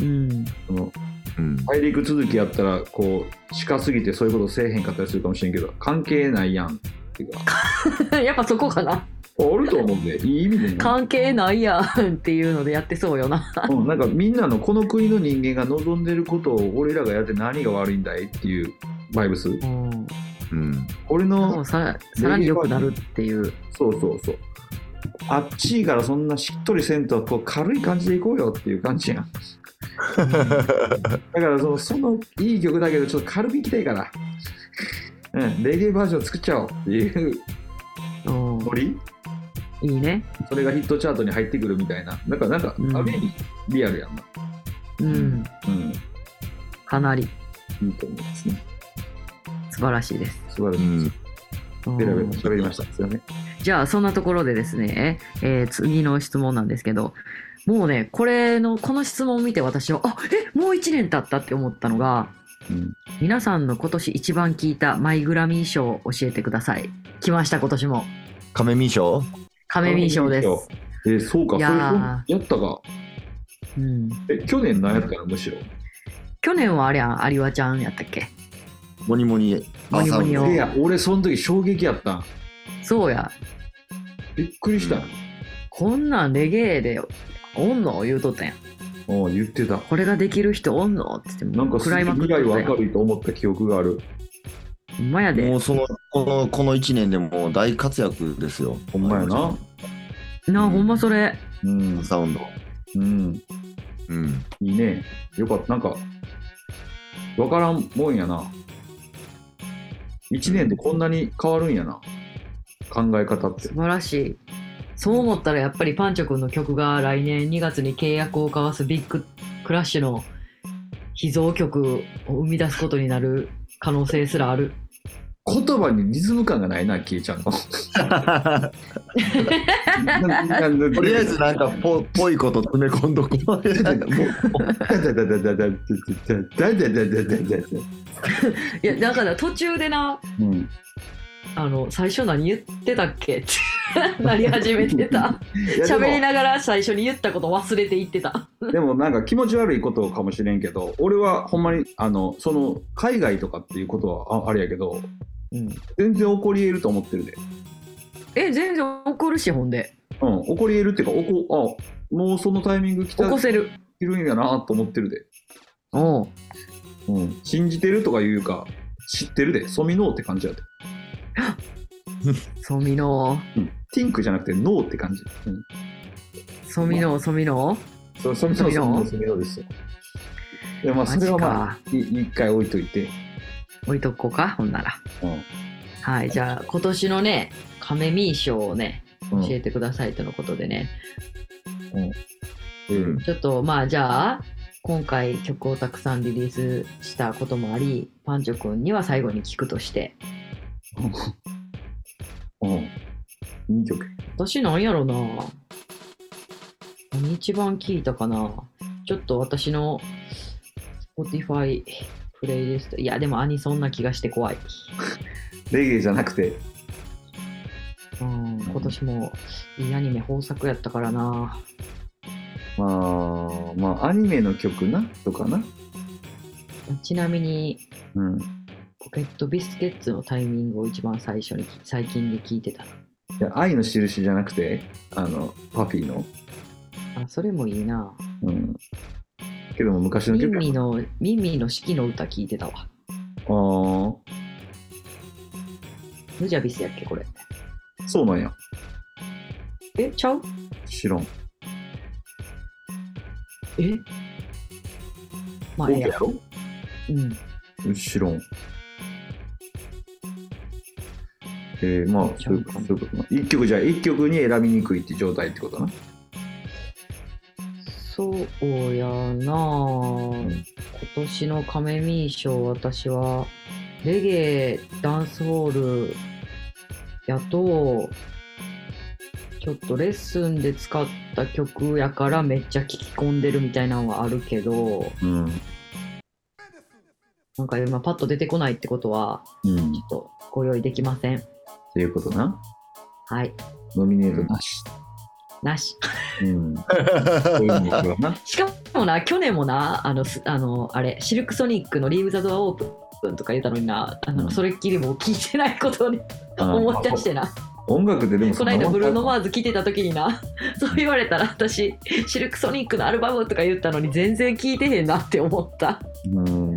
Speaker 1: うん
Speaker 2: その
Speaker 3: うん。
Speaker 2: 大陸続きやったらこう近すぎてそういうことせえへんかったりするかもしれんけど関係ないやんっていうか
Speaker 1: やっぱそこかな
Speaker 2: あると思うんでいい意味でね、
Speaker 1: 関係ないやんっていうのでやってそうよな
Speaker 2: うん、なんかみんなのこの国の人間が望んでることを俺らがやって何が悪いんだいっていうバイブス
Speaker 1: うん
Speaker 3: うん。
Speaker 2: 俺
Speaker 1: も
Speaker 2: の
Speaker 1: うさらさらに良くなるっていう
Speaker 2: そうそうそうあっちいからそんなしっとりせんとこう軽い感じでいこうよっていう感じやんだからそのそのいい曲だけどちょっと軽くいきたいから、うん、レゲエバージョン作っちゃおうっていう
Speaker 1: うん
Speaker 2: ノリ
Speaker 1: いいね
Speaker 2: それがヒットチャートに入ってくるみたいな、なんか、なんか
Speaker 1: う、ん
Speaker 2: ある意味、リアルやんな。
Speaker 1: うん
Speaker 2: うん、
Speaker 1: かなり
Speaker 2: いいと思いますね。
Speaker 1: 素晴らしいです
Speaker 2: 素晴ら
Speaker 3: う
Speaker 2: しい。
Speaker 3: ん。
Speaker 1: うん
Speaker 2: ベラベラ喋りましたですよね。
Speaker 1: じゃあそんなところでですね、えー次の質問なんですけどもうねこれのこの質問を見て私はあえもう1年経ったって思ったのが
Speaker 2: うん、
Speaker 1: 皆さんの今年一番聞いたマイグラミー賞を教えてください来ました今年も
Speaker 3: 亀見賞
Speaker 1: カメミー賞です、
Speaker 2: えーそうか、
Speaker 1: い
Speaker 2: それ
Speaker 1: やー
Speaker 2: やったか。
Speaker 1: うん、
Speaker 2: え、去年何やったのむしろ。
Speaker 1: 去年はあれやんアリワちゃんやったっけ
Speaker 3: モニモニ
Speaker 1: モニモニ
Speaker 3: アンサンブル
Speaker 1: を
Speaker 2: いや、俺その時衝撃やったん。
Speaker 1: そうや
Speaker 2: びっくりしたん。
Speaker 1: こんなんレゲエでおんの言うとったやん
Speaker 2: ああ、言ってた。
Speaker 1: これができる人おんのって言っても
Speaker 2: なんかす
Speaker 1: 食らい
Speaker 2: げえ
Speaker 1: まくっと
Speaker 2: 未
Speaker 1: っ
Speaker 2: 来
Speaker 1: た
Speaker 2: は
Speaker 1: やん
Speaker 2: 明るいと思った記憶がある。
Speaker 1: ほんまやで
Speaker 3: もうそのこのこの1年でもう大活躍ですよ。
Speaker 2: ほんまやな。
Speaker 1: なあほんまそれ
Speaker 2: うん。
Speaker 3: サウンド。
Speaker 2: うん。
Speaker 3: うん。
Speaker 2: いいね。よかった。なんか、わからんもんやな。一年でこんなに変わるんやな。考え方って
Speaker 1: 素。晴らしいそう思ったらやっぱりパンチョくんの曲が来年2月に契約を交わすビッグクラッシュの秘蔵曲を生み出すことになる可能性すらある
Speaker 2: 言葉にリズム感がないな、キイちゃん
Speaker 3: と
Speaker 2: の。と
Speaker 3: りあえずなんかぽぽいこと詰め込んどこう。
Speaker 2: ダダダダダダダダダダダダダダダ
Speaker 1: いやだから途中でな
Speaker 2: うん
Speaker 1: あの最初何言ってたっ けってなり始めてた
Speaker 2: いやでも
Speaker 1: 喋りながら最初に言ったこと忘れて言ってた
Speaker 2: でもなんか気持ち悪いことかもしれんけど俺はほんまにあのその海外とかっていうことはああれやけど全然起こり得ると思ってるで
Speaker 1: え全然怒るしほんで
Speaker 2: うん起こり得るっていうか起こあもうそのタイミング来た
Speaker 1: 起こせる
Speaker 2: いるんやなと思ってるで、
Speaker 1: おう
Speaker 2: うん、信じてるとかいうか知ってるでソミノーって感じやで、
Speaker 1: ソミノ
Speaker 2: うん、ティンクじゃなくてノーって感じ、うん、
Speaker 1: ソミノソミノ
Speaker 2: そソミノ
Speaker 1: ソミノ
Speaker 2: ーソミノーですよいやまあ
Speaker 1: マ
Speaker 2: そ
Speaker 1: ジ
Speaker 2: れは
Speaker 1: か
Speaker 2: まあい一回置いといて、
Speaker 1: 置いとこうかほんなら
Speaker 2: う
Speaker 1: はい、じゃあ今年のね、カメミー賞をね、
Speaker 2: んう
Speaker 1: 教
Speaker 2: ん
Speaker 1: えてくださいとのことでね、
Speaker 2: うん
Speaker 1: ちょっとまあじゃあ、今回曲をたくさんリリースしたこともあり、パンチョ君には最後に聞くとして、
Speaker 2: うん、いい曲。
Speaker 1: 私なんやろな何一番聞いたかなちょっと私の Spotify プレイリスト、いやでもアニソンな気がして怖い。
Speaker 2: レゲエじゃなくて、
Speaker 1: うん、今年もいいアニメ豊作やったからな
Speaker 2: まあ、まあ、アニメの曲な、とかな。
Speaker 1: ちなみに
Speaker 2: うん。
Speaker 1: ポケットビスケッツのタイミングを一番最初に聞最近で聞いてた
Speaker 2: いや愛の印じゃなくて、あの、パフィーの。
Speaker 1: あそれもいいな
Speaker 2: うん。けども昔の
Speaker 1: ミ
Speaker 2: 曲
Speaker 1: ン
Speaker 2: や
Speaker 1: ミのミンミの四季の歌聞いてたわ
Speaker 2: ああ、
Speaker 1: ムジャビスやっけこれ
Speaker 2: そうなんや。
Speaker 1: えちゃう
Speaker 2: 知らん。
Speaker 1: えまあええや
Speaker 2: ろ
Speaker 1: うん
Speaker 2: 知らん。えー、まあ、そういうことそういうことな。一曲じゃ、一曲に選びにくいって状態ってことな。
Speaker 1: そうやなあ今年のカメミー賞私はレゲエダンスホールやとちょっとレッスンで使った曲やからめっちゃ聴き込んでるみたいなのはあるけど
Speaker 2: うん。うん。
Speaker 1: なんか今パッと出てこないってことはちょっとご用意できません
Speaker 2: っていうことな。
Speaker 1: はい
Speaker 2: ノミネートなし。
Speaker 1: なし
Speaker 2: うん。そういうのが な。
Speaker 1: しかもな去年もなあのすあのあれシルクソニックの「リーブ・ザ・ドア・オープン」とか言ったのになあの、
Speaker 2: うん
Speaker 1: それっきりもう聞いてないことに思い出してな
Speaker 2: 音楽ってでも
Speaker 1: この間ブルーノ・マーズ聞いてた時になそう言われたら私シルクソニックのアルバムとか言ったのに全然聞いてへんなって思った
Speaker 2: うん、うん、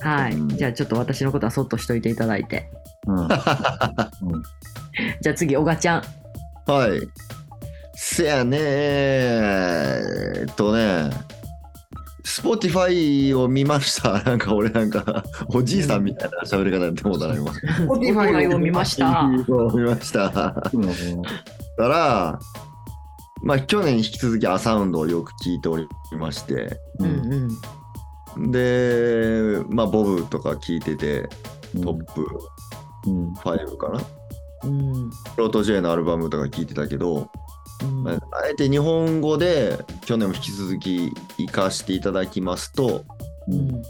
Speaker 1: はいじゃあちょっと私のことはそっとしといていただいてじゃあ次小賀ちゃん
Speaker 3: はい。せやねえっとね、Spotify を見ました。なんか俺なんか、おじいさんみたいな喋り方やってもうたな、今。
Speaker 1: Spotify を見ました
Speaker 3: 見ました。だ
Speaker 2: うん
Speaker 3: から、まあ去年に引き続きアサウンドをよく聞いておりまして、
Speaker 1: う
Speaker 2: うんん
Speaker 1: うん
Speaker 3: で、まあボブとか聞いてて、
Speaker 2: うん
Speaker 3: トップ。
Speaker 2: うん。
Speaker 3: 5かな
Speaker 1: うん
Speaker 3: プロトジェイのアルバムとか聞いてたけど、
Speaker 1: うん
Speaker 3: あえて日本語で去年も引き続き活かしていただきますと
Speaker 1: う
Speaker 2: うん
Speaker 1: ん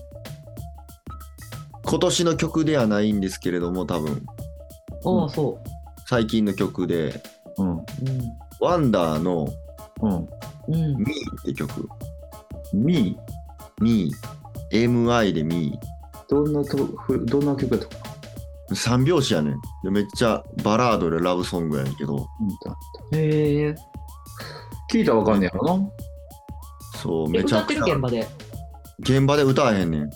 Speaker 3: 今年の曲ではないんですけれども多分
Speaker 1: ああそ
Speaker 3: 最近の曲で
Speaker 2: うん。
Speaker 1: ううん
Speaker 3: 「ワンダーの
Speaker 2: うん。
Speaker 1: うん
Speaker 3: ミーって曲
Speaker 2: ミ
Speaker 3: 「ミー MI で「ミー
Speaker 2: ー、どんなと、ふどんな曲やとか。
Speaker 3: 三拍子やねんでめっちゃバラードでラブソングやねんけど
Speaker 1: へえ
Speaker 2: 聞いたらわかんねやろな。
Speaker 3: そうめち
Speaker 1: 歌
Speaker 3: ゃ
Speaker 1: って
Speaker 3: くち
Speaker 1: る
Speaker 3: ゃ
Speaker 1: 現場で
Speaker 3: 現場で歌わへんねん
Speaker 2: へ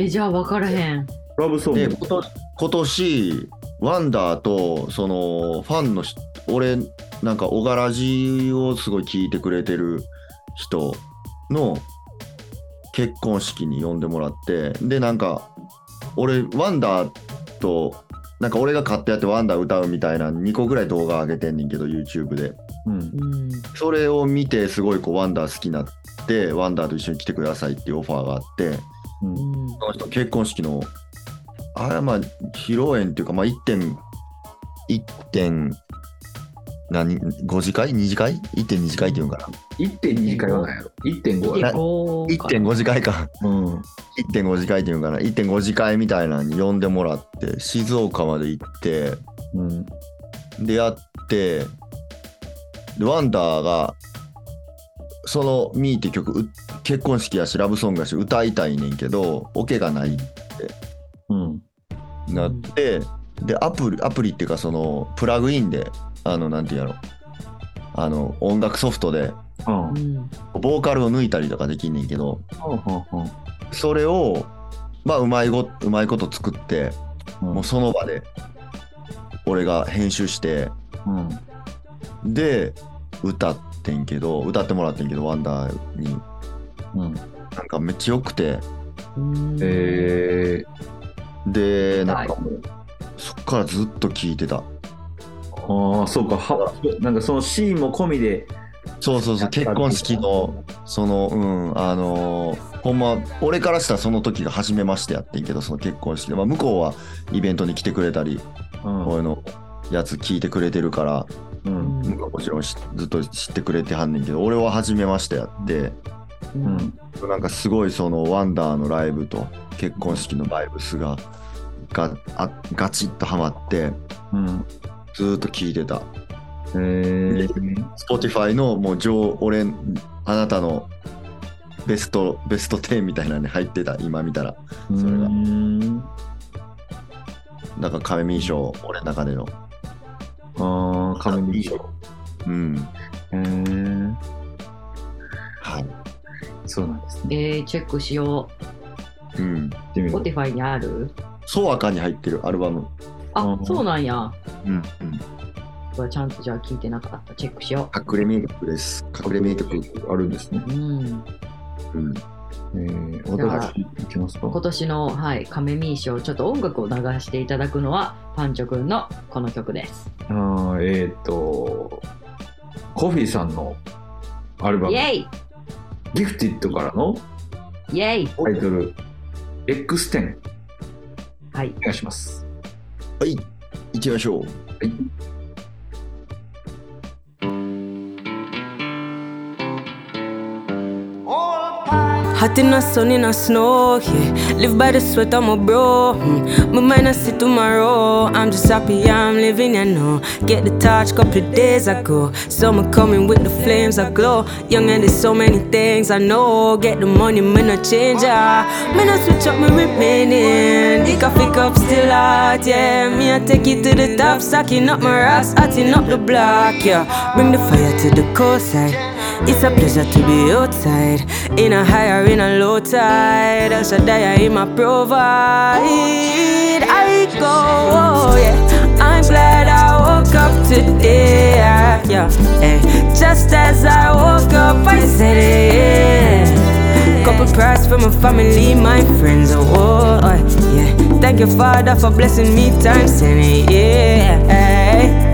Speaker 1: え
Speaker 2: え。
Speaker 1: じゃあ分からへん
Speaker 2: ラブソン
Speaker 3: で
Speaker 2: グ。
Speaker 3: 今年今年ワンダーとそのファンの人俺なんか小柄じをすごい聞いてくれてる人の結婚式に呼んでもらってでなんか俺ワンダーとなんか俺が買ってやってワンダー歌うみたいな2個ぐらい動画上げてんねんけど YouTube で
Speaker 2: う
Speaker 1: う
Speaker 2: ん。
Speaker 1: ん
Speaker 3: それを見てすごいこうワンダー好きになってワンダーと一緒に来てくださいっていうオファーがあって
Speaker 2: う。
Speaker 1: うんん
Speaker 3: その人結婚式のあれはまあ披露宴っていうかまあ1点1点何5次会2次会 ?1.2 次会っていうんかな
Speaker 2: 1.2次会はないやろ。1.5や
Speaker 1: 1.5か
Speaker 3: 1.5次会か
Speaker 2: ろ。うん。
Speaker 3: 1.5次会っていうんかな1.5次会みたいなのに呼んでもらって静岡まで行って
Speaker 2: うん。
Speaker 3: でやってでワンダーがその「ミーって曲う結婚式やしラブソングやし歌いたいねんけどオケがない
Speaker 2: うん。
Speaker 3: なって、でアプリアプリっていうかそのプラグインであのなんていうんやろあの音楽ソフトで
Speaker 2: うん。うん。
Speaker 1: うん
Speaker 3: ボーカルを抜いたりとかできんねんけど
Speaker 2: うん。
Speaker 3: それをまあうまいごうまいこと作って
Speaker 2: うん
Speaker 3: もうその場で俺が編集して
Speaker 2: うん。
Speaker 3: で歌ってんけど歌ってもらってんけどワンダーに
Speaker 2: う
Speaker 3: な
Speaker 2: ん。
Speaker 3: んかめっちゃ良くて
Speaker 1: うん
Speaker 2: え
Speaker 3: で
Speaker 1: 歌
Speaker 3: ないんかもうそっからずっと聴いてた
Speaker 2: ー、ああ、そうか。はなんかそのシーンも込みで。
Speaker 3: そうそうそう結婚式のそのうんあのーほんま俺からしたらその時が初めましてやってんけどその結婚式で、まあ、向こうはイベントに来てくれたり、
Speaker 2: うん。
Speaker 3: 俺のやつ聞いてくれてるから
Speaker 1: う
Speaker 2: う。
Speaker 1: んん
Speaker 3: 向こうはもちろんしずっと知ってくれてはんねんけど俺は初めましてやって
Speaker 2: うん。
Speaker 3: なんかすごいそのワンダーのライブと結婚式のバイブスががあガチッとハマって
Speaker 2: うん。
Speaker 3: ずーっと聞いてた
Speaker 2: へえ。
Speaker 3: Spotify のもう上俺あなたのベストベスト10みたいなのに入ってた今見たらそれが
Speaker 2: うん。
Speaker 3: なんかカメミー賞俺の中での
Speaker 2: ああ、カメビー
Speaker 3: うん
Speaker 2: へえ。
Speaker 3: はい
Speaker 2: そうなんですね。
Speaker 1: えーチェックしよ
Speaker 3: うん
Speaker 2: 行ってみ
Speaker 1: う
Speaker 2: よう
Speaker 1: Spotify にある
Speaker 3: ソワカに入ってるアルバム
Speaker 1: あ
Speaker 2: うん
Speaker 1: そうなんや
Speaker 3: うん、
Speaker 1: はちゃんとじゃあ聞いてなかったチェックしよ
Speaker 3: 隠れ名曲です隠れ名曲
Speaker 2: あるんですね。
Speaker 1: ううん
Speaker 3: うん
Speaker 2: えー、
Speaker 1: じゃあ
Speaker 2: 私、行きますか。
Speaker 1: 今年のはいカメミー賞ちょっと音楽を流していただくのはパンチョくんのこの曲です
Speaker 2: あーえっ、と、コフィーさんのアルバ
Speaker 1: イ
Speaker 2: ム、
Speaker 1: エイ
Speaker 2: ギフティッドからの
Speaker 1: イエイ
Speaker 2: タイトル、X10、
Speaker 1: はい
Speaker 2: お願いします。
Speaker 3: はい行きましょう
Speaker 2: はい。
Speaker 4: Hot in the sun, in the snow, yeah. Live by the sweat, I'm a bro. mm. My mind, I see tomorrow. I'm just happy I'm living, you know. Get the touch couple days ago. Summer coming with the flames, I glow. Young and there's so many things I know. Get the money, man, no change, ah. Man, I switch up, me remain in. The coffee cup still hot, yeah. Me, I take it to the top, stacking up my rocks, hotting up the block, yeah. Bring the fire to the eh. coastside. It's a pleasure to be outside In a high or in a low tide El Shaddai in my provide I go, oh yeah I'm glad I woke up today yeah, yeah, eh. Just as I woke up I said yeah Couple prayers for my family, my friends, oh, oh, oh yeah Thank you Father for blessing me times ten, yeah eh.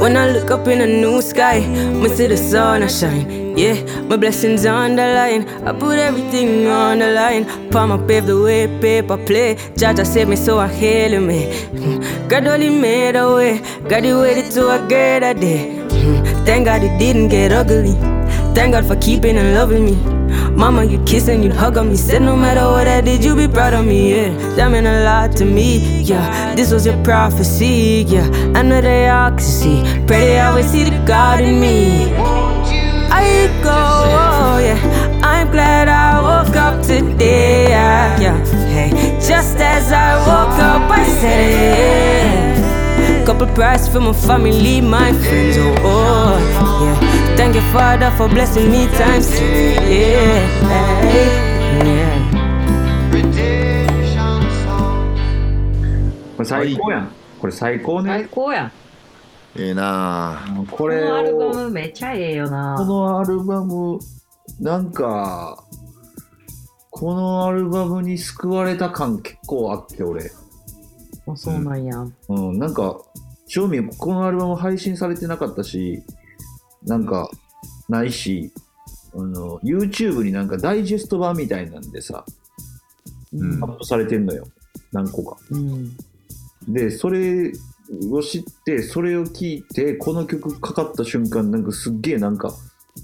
Speaker 4: When I look up in a new sky, I see the sun I shine. Yeah, my blessings on the line. I put everything on the line. Palm pave the way, paper play. Jaja saved me, so I hail him. eh. Mm, God only made a way. God, he waited till I get a day. Mm, Thank God it didn't get ugly. Thank God for keeping and loving me. Mama, you'd kiss and you'd hug on me. Said no matter what I did, you'd be proud of me. Yeah, that meant a lot to me. Yeah, this was your prophecy. Yeah, I know they all could see. Pray they always see the God in me. I go, oh, yeah. I'm glad I woke up today. Yeah, yeah. Hey, just as I woke up, I said, yeah. Couple prayers for my family, my friends, oh, oh yeah. Thank you, Father, for blessing me times two. Yeah, hey, yeah.
Speaker 5: Redemption song.
Speaker 2: これ最高やん。これ最高ね。
Speaker 1: 最高やん。
Speaker 3: ええなあ
Speaker 2: うんこ
Speaker 1: こ
Speaker 2: れ
Speaker 1: のアル
Speaker 2: を
Speaker 1: バムめちゃええよ
Speaker 2: こ
Speaker 1: な。
Speaker 2: のアルバム、なんか、このアルバムに救われた感結構あって、俺。
Speaker 1: あそうなんや。
Speaker 2: うん、なんか、正味、このアルバム配信されてなかったし、なんか、ないし、あの、YouTube になんかダイジェスト版みたいなんでさ、
Speaker 1: うん
Speaker 2: アップされてんのよ。何個か。
Speaker 1: うん。
Speaker 2: で、それを知って、それを聞いて、この曲かかった瞬間、なんかすっげえなんか、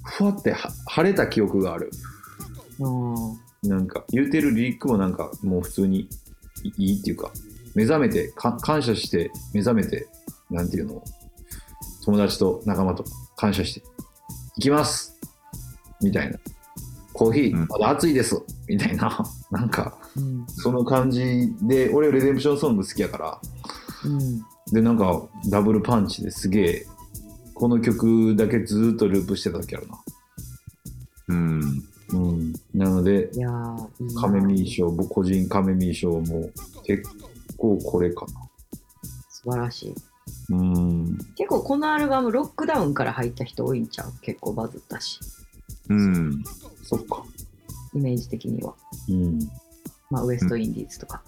Speaker 2: ふわっては晴れた記憶がある。
Speaker 1: うん
Speaker 2: なんか、言うてるリリックもなんか、もう普通にいいいっていうか、目覚めてか、感謝して、目覚めて、なんていうの、友達と仲間と感謝して、行きますみたいな。コーヒ
Speaker 3: うん
Speaker 2: ー、まだ熱いです、みたいな。 なんか、
Speaker 1: うん。
Speaker 2: その感じで、俺、レデンプションソング好きやから、
Speaker 1: うん。
Speaker 2: で、なんか、ダブルパンチですげえ、この曲だけずーっとループしてた時あるな。
Speaker 3: うん。
Speaker 2: うん。なので、
Speaker 1: いやー、いいな
Speaker 2: カメミー賞、僕個人カメミー賞も結構これか
Speaker 1: 素晴らしい。
Speaker 2: な。うん。
Speaker 1: 結構このアルバム、ロックダウンから入った人多いんちゃう結構バズったし、
Speaker 3: うん。
Speaker 2: そっか。
Speaker 1: イメージ的には。
Speaker 2: うん。
Speaker 1: まあ、ウエストインディーズとか。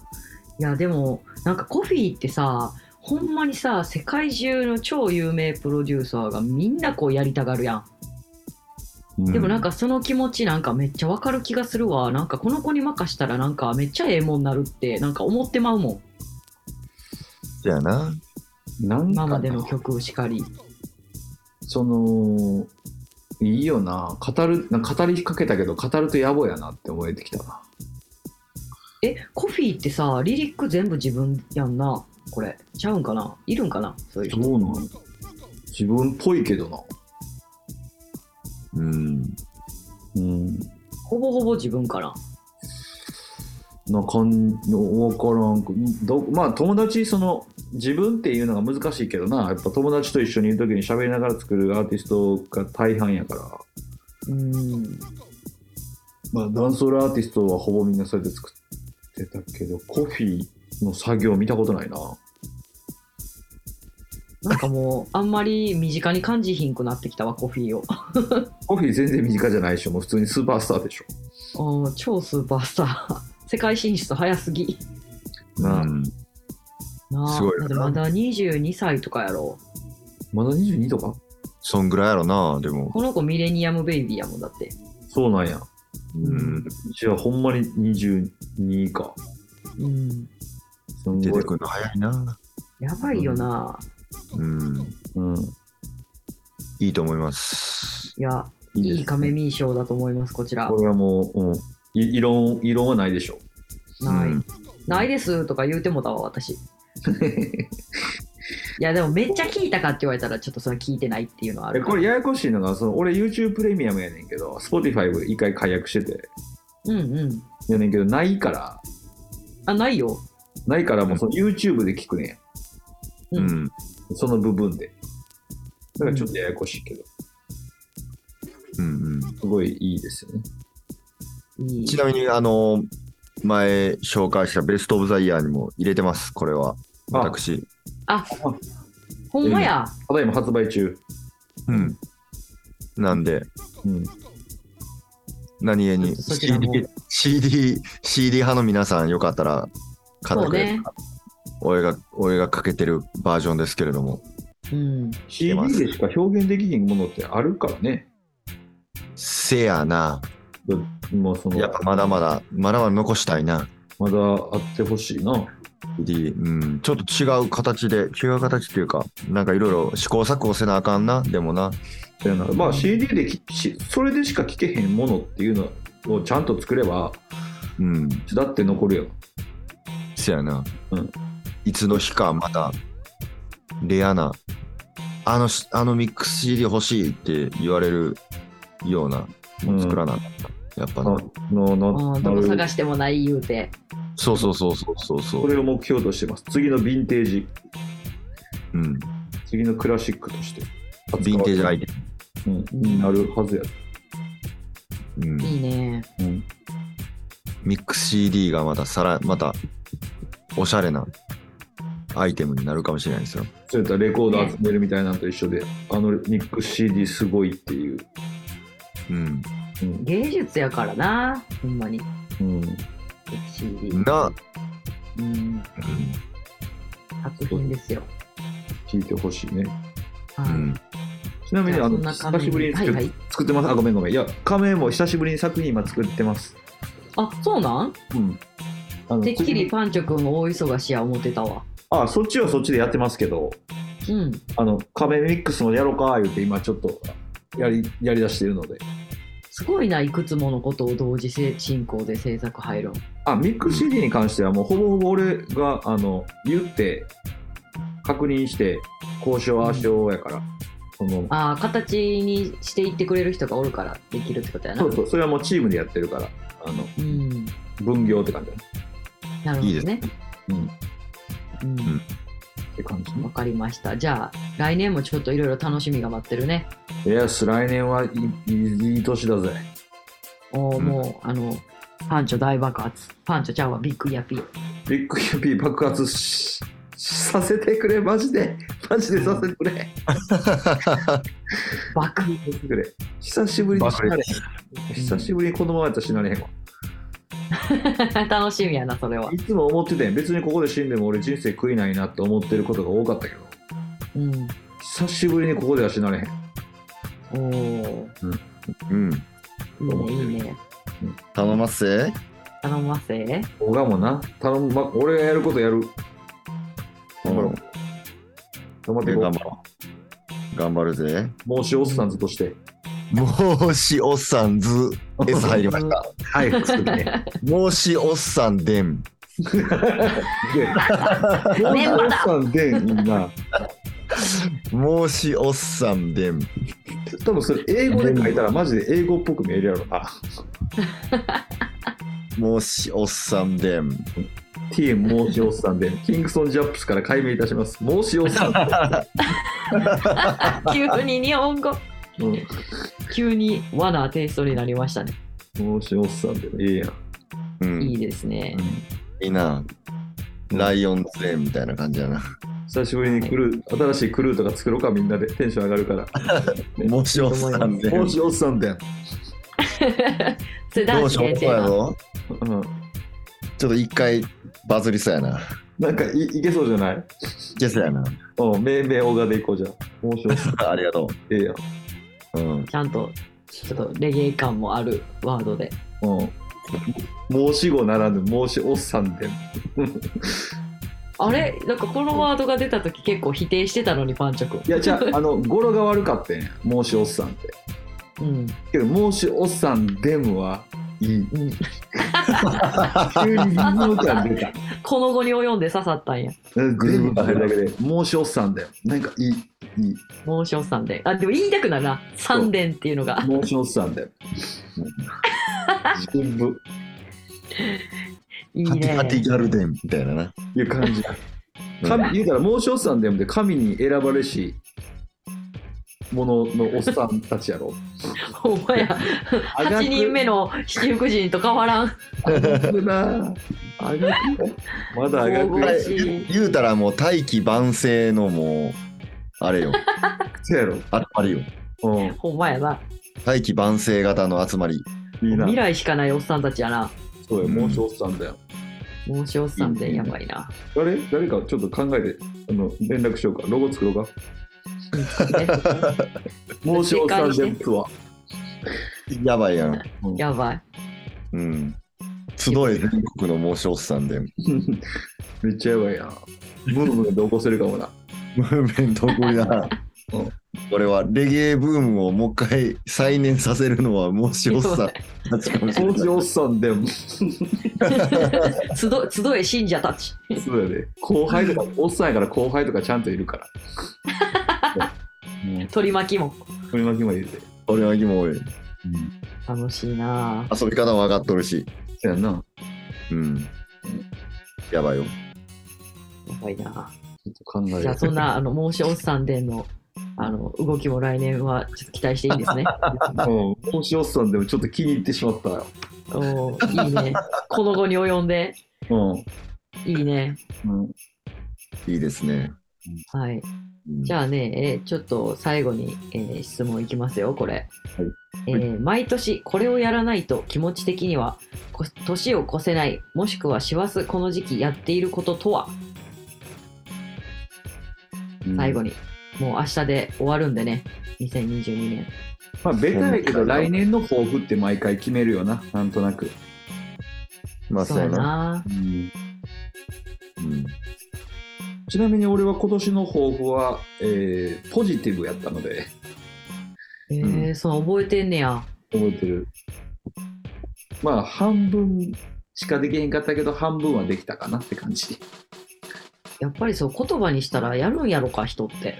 Speaker 1: いや、でも、なんかコフィーってさ、ほんまにさ、世界中の超有名プロデューサーがみんなこうやりたがるやん。でもなんかその気持ちなんかめっちゃわかる気がするわ。なんかこの子に任したらなんかめっちゃええもんなるってなんか思ってまうもん。
Speaker 3: そやな。
Speaker 2: なん
Speaker 1: 今ま
Speaker 2: か
Speaker 1: での
Speaker 2: な、
Speaker 1: 曲しかり。
Speaker 2: その、いいよな。語る、なんか語りかけたけど、語ると野暮やなって思えてきたな。
Speaker 1: え、コフィーってさ、リリック全部自分やんな。これ。ちゃうんかないるんかなそういう人。
Speaker 2: そうなの自分っぽいけどな。
Speaker 3: うん。
Speaker 2: うん。
Speaker 1: ほぼほぼ自分かな。
Speaker 2: な感じの分からんくどまあ友達その自分っていうのが難しいけどなやっぱ友達と一緒にいる時に喋りながら作るアーティストが大半やから、
Speaker 1: うん。
Speaker 2: まあ、ダンスホールアーティストはほぼみんなそれで作ってたけどコフィーの作業見たことないな
Speaker 1: なんか もう、あんまり身近に感じひんくなってきたわ、コフィーを。
Speaker 2: コフィー全然身近じゃないでしょもう普通にスーパースターでしょ
Speaker 1: うん超スーパースター。 世界進出早すぎ。
Speaker 2: なあ
Speaker 3: うん
Speaker 1: なあ
Speaker 3: すごいよ
Speaker 1: だ
Speaker 3: な
Speaker 1: ってまだ22歳とかやろ。
Speaker 2: まだ22とか
Speaker 3: そんぐらいやろな、でも。
Speaker 1: この子ミレニアムベイビーやもんだって。
Speaker 2: そうなんや
Speaker 3: うん。
Speaker 2: じゃあほんまに22か
Speaker 1: うん。
Speaker 2: すん
Speaker 3: 出
Speaker 2: ご
Speaker 3: て
Speaker 2: い
Speaker 3: くるの早いな。
Speaker 1: やばいよな。
Speaker 3: うん。
Speaker 2: うん
Speaker 3: いいと思います。
Speaker 1: いや、
Speaker 2: い
Speaker 1: い
Speaker 2: です
Speaker 1: いカメミー賞だと思います、こちら
Speaker 2: こ。れはもう、うん、い異論異論はないでしょ
Speaker 1: ない、
Speaker 3: うん
Speaker 1: ないですとか言うてもたわ、 私。いや、でもめっちゃ聞いたかって言われたら、ちょっとそれは聞いてないっていうのはあ
Speaker 2: え
Speaker 1: るか
Speaker 2: こ
Speaker 1: ら。
Speaker 2: れややこしいのがその俺 YouTube プレミアムやねんけど Spotify 一回解約してて
Speaker 1: うんうん。
Speaker 2: やねんけどないから
Speaker 1: あ、ないよ。
Speaker 2: ないからもうその YouTube で聞くね
Speaker 1: う
Speaker 3: うんん。
Speaker 2: んその部分でだからちょっとややこしいけど
Speaker 3: うんうん。
Speaker 2: すごいいいですよね
Speaker 1: いい
Speaker 3: ちなみに、あの、前紹介したベストオブザイヤーにも入れてます、これは。
Speaker 2: あ
Speaker 3: 私。
Speaker 1: ほんまや。
Speaker 2: ただいま発売中
Speaker 3: うん。なんで、
Speaker 2: うん
Speaker 3: 何気
Speaker 1: ちょっ
Speaker 3: に
Speaker 1: とそちら
Speaker 3: CD
Speaker 1: も、
Speaker 3: CD、CD 派の皆さん、よかったら買ってくれた
Speaker 1: そう
Speaker 3: ら
Speaker 1: ね
Speaker 3: 俺が、俺がかけてるバージョンですけれども。
Speaker 1: うん。
Speaker 2: CD でしか表現できひんものってあるからね
Speaker 3: せやな。
Speaker 2: もうその
Speaker 3: やっぱまだまだ、まだまだ残したいな。
Speaker 2: まだあってほしいな。
Speaker 3: D うん、ちょっと違う形で、違う形っていうか、なんかいろいろ試行錯誤せなあかんな、でもな。
Speaker 2: そうやなまあ CD できしそれでしか聴けへんものっていうのをちゃんと作れば
Speaker 3: うん、
Speaker 2: だって残るよ
Speaker 3: せやな。
Speaker 2: うん
Speaker 3: いつの日かまた、レアな、あのし、あのミックス CD 欲しいって言われるような、
Speaker 2: うん
Speaker 3: 作らなあかんな、やっぱな。
Speaker 2: の
Speaker 1: うんどこ探してもない言うて。
Speaker 3: そうそうそうそうそうそ。
Speaker 2: そうれを目標としてます次のヴィンテージ
Speaker 3: うん。
Speaker 2: 次のクラシックとして
Speaker 3: ヴィンテージアイテ
Speaker 2: うん、になるはずや、
Speaker 3: ム。うん。
Speaker 1: いいね。
Speaker 2: うん、
Speaker 3: ミックス CD がまたさら、また、おしゃれなアイテムになるかもしれないですよ。
Speaker 2: そうやったらレコード集めるみたいなのと一緒であのミックス CD すごいっていう、
Speaker 3: うん。
Speaker 2: うん
Speaker 1: 芸術やからな、ほんまに。
Speaker 2: うん、
Speaker 1: CD。
Speaker 3: な、
Speaker 1: うん、作品ですよ。
Speaker 2: 聞いてほしいね
Speaker 3: う
Speaker 1: はい。
Speaker 3: ん。
Speaker 2: ちなみに
Speaker 1: じゃ
Speaker 2: あ
Speaker 1: あ
Speaker 2: の
Speaker 1: そんな感じ
Speaker 2: 久しぶりに作,、
Speaker 1: はいはい
Speaker 2: 作ってますあごめんごめんいや亀も久しぶりに作品今作ってます
Speaker 1: あ、そうなん
Speaker 2: うんあの
Speaker 1: てっきりパンチョくん大忙しや思ってたわ。
Speaker 2: あそっちはそっちでやってますけど
Speaker 1: うん。
Speaker 2: あの壁ミックスもやろうか言うて今ちょっとやりやりだしてるのです
Speaker 1: ごいな、いくつものことを同時進行で制作入るん。
Speaker 2: あミックス CD に関してはもうほぼほぼ俺があの言って確認して交渉はしようやから、その
Speaker 1: ああ、形にしていってくれる人がおるからできるってことやな。
Speaker 2: そうそうそれはもうチームでやってるからあの
Speaker 1: うん。
Speaker 2: 分業って感じだね
Speaker 1: なるほど
Speaker 3: いいです
Speaker 1: ね。
Speaker 2: うん
Speaker 1: うん。
Speaker 3: ん
Speaker 2: って感じ
Speaker 1: わかりました。じゃあ、来年もちょっといろいろ楽しみが待ってるね。
Speaker 2: いや来年はいいいいい年だぜ
Speaker 1: おー
Speaker 3: うん
Speaker 1: もう、あの、パンチョ大爆発。パンチョちゃんはビッグイヤピー。
Speaker 2: ビッグキューピー爆発しさせてくれマジでマジでさせてくれ
Speaker 1: 爆
Speaker 2: くれ久しぶりに死なれへん久しぶりにこのままやったら死なれへんわ
Speaker 1: 楽しみやな、それは。
Speaker 2: いつも思っててん別にここで死んでも俺人生食いないなって思ってることが多かったけど
Speaker 1: うん。
Speaker 2: 久しぶりにここでは死なれへん
Speaker 1: おー
Speaker 3: うん。
Speaker 1: いいね、いいね。
Speaker 3: 頼ますぜ。
Speaker 1: 頼ませ。
Speaker 2: 僕がもな頼む、ま、俺がやることやる頑張ろう頑張っていこ
Speaker 3: 頑張ろう。頑張るぜ。
Speaker 2: うもうしおっさんずとして
Speaker 3: もうしおっさんず。S 入りました。
Speaker 2: はいすぐね
Speaker 3: もうしおっさんでん。
Speaker 1: メンバーだ
Speaker 2: でもうしおっさんでみんな
Speaker 3: もうしおっさんでん。
Speaker 2: 多分それ英語で書いたらマジで英語っぽく見えるやろな
Speaker 3: もうしおっさんでん。
Speaker 2: TM もうしおっさんでキングソン・ジャップスから解明いたしますもうしおっさん
Speaker 1: 急に日本語。
Speaker 2: で、うん
Speaker 1: 急に和なテイストになりましたね。
Speaker 2: もうしおっさんでもいいやん。
Speaker 3: うん。
Speaker 1: いい
Speaker 3: い
Speaker 1: ですね。
Speaker 3: いな。ライオンズでんみたいな感じやな。
Speaker 2: 久しぶりにクルー、新しいクルーとか作ろうか、みんなで。テンション上がるから。
Speaker 3: もうしおっさんでん。
Speaker 2: もうしおっさんで。
Speaker 1: 世
Speaker 3: ど
Speaker 1: 代
Speaker 3: うしよ
Speaker 1: 限
Speaker 3: う
Speaker 1: 定
Speaker 3: や
Speaker 1: の
Speaker 3: ろ
Speaker 2: うん。
Speaker 3: ちょっと一回バズりそうやな。
Speaker 2: なんかい、いけそうじゃない
Speaker 3: いけそうやな。
Speaker 2: うん、命名オガでいこうじゃん。もうしおっさん。
Speaker 3: ありがと
Speaker 2: ええや
Speaker 3: う。
Speaker 2: ん。
Speaker 3: うん。
Speaker 1: ちゃんと、ちょっとレゲエ感もあるワードで。
Speaker 2: うん。申し子ならぬ、申しおっさんで。
Speaker 1: あれなんかこのワードが出た時結構否定してたのに、パンチョくん。
Speaker 2: いや、じゃあ、あの、語呂が悪かったんや。申しおっさんって。
Speaker 1: うん。
Speaker 2: けど、申しおっさんでもはい い。
Speaker 1: うん。
Speaker 2: 急に微妙感出た。
Speaker 1: この後に及んで刺さったんや。
Speaker 2: グループが入るだけで、申しおっさんだよ。なんかいい、いい。
Speaker 1: モーションさんで。あ、でも言いたくなるな。三連っていうのが。
Speaker 2: モーションさんだよ。全部
Speaker 1: いい
Speaker 3: ハティ
Speaker 1: ね
Speaker 3: ハ。ティギャルデンみたいなな。
Speaker 2: いう感じ。
Speaker 3: うん
Speaker 2: 神言うたら、モーションさんでもで神に選ばれし者のおっさんたちやろ。
Speaker 1: ほんまや。
Speaker 2: あがく
Speaker 1: 8人目の七福神と変わらん。
Speaker 2: あがくな。あがくまだあがく
Speaker 1: 大
Speaker 2: や
Speaker 1: 々しい。
Speaker 3: 言うたらもう大器晩成のもう、あ れよ、
Speaker 2: つやろ。
Speaker 3: 集まりよ。
Speaker 2: う
Speaker 1: ほんまやな。
Speaker 3: 大器晩成型の集まり。
Speaker 2: ん。いいな
Speaker 1: 未。来しかないおっさんたちやな。
Speaker 2: そうや、モーションおっさんだよ。
Speaker 1: モーションさんでやばいな。
Speaker 2: 誰誰かちょっと考えて、あの、連絡しようか。ロゴ作ろうか。
Speaker 1: うんね
Speaker 2: モーションさんでもは。
Speaker 3: やばいやん。
Speaker 1: やばい。
Speaker 3: うん。集え全国の申しおっさんで、ム
Speaker 2: めっちゃやばいやん。ブームが同行するかもな。
Speaker 3: ーブメント送りな
Speaker 2: うん。
Speaker 3: これはレゲエブームをもう一回再燃させるのは申しおっさんたちかもしれ
Speaker 2: 掃
Speaker 3: ない。
Speaker 2: 除おっさんでも、
Speaker 1: 集集え信者たち。
Speaker 2: そうやで。後輩とか、おっさんやから後輩とかちゃんといるから。もう、
Speaker 1: 取り巻きも。
Speaker 2: 取り巻きまで入れて。
Speaker 3: 俺は今俺、
Speaker 2: うん。
Speaker 1: 楽しいなぁ
Speaker 3: 遊び方も分かっとるし。
Speaker 2: そやな。
Speaker 3: うん。やばいよ。
Speaker 1: やばいな
Speaker 2: ちょっと考えよう
Speaker 1: ぁじゃあそんな、あの、申しおっさんでの、あの、動きも来年はちょっと期待していい ですね。
Speaker 2: うん。帽子おっさんでもちょっと気に入ってしまったよ。
Speaker 1: おーいいね。この後に及んで、
Speaker 2: う
Speaker 1: いいね。
Speaker 2: ん。うん。
Speaker 3: いいですね。
Speaker 1: はい。
Speaker 3: うん
Speaker 1: じゃあね、えーちょっと最後に、えー質問いきますよ、これ。
Speaker 2: はい
Speaker 1: えー毎年これをやらないと気持ち的にはこ年を越せないもしくは師走この時期やっていることとは最後
Speaker 2: に。
Speaker 1: に、もう明日で終わるんでね2022年
Speaker 2: まあ、ベタやけど、来年の抱負って毎回決めるよな。なんとなく。
Speaker 3: まあ、そうや
Speaker 1: や
Speaker 3: な。
Speaker 1: な
Speaker 2: うん。
Speaker 3: うん。
Speaker 2: ちなみに俺は今年の抱負は、えー、ポジティブやったので、
Speaker 1: えー
Speaker 3: う
Speaker 1: そう覚えてんねや
Speaker 2: 覚えてる。まあ、半分しかできへんかったけど、半分はできたかなって感じ。
Speaker 1: やっぱりそう言葉にしたらやるんやろか人って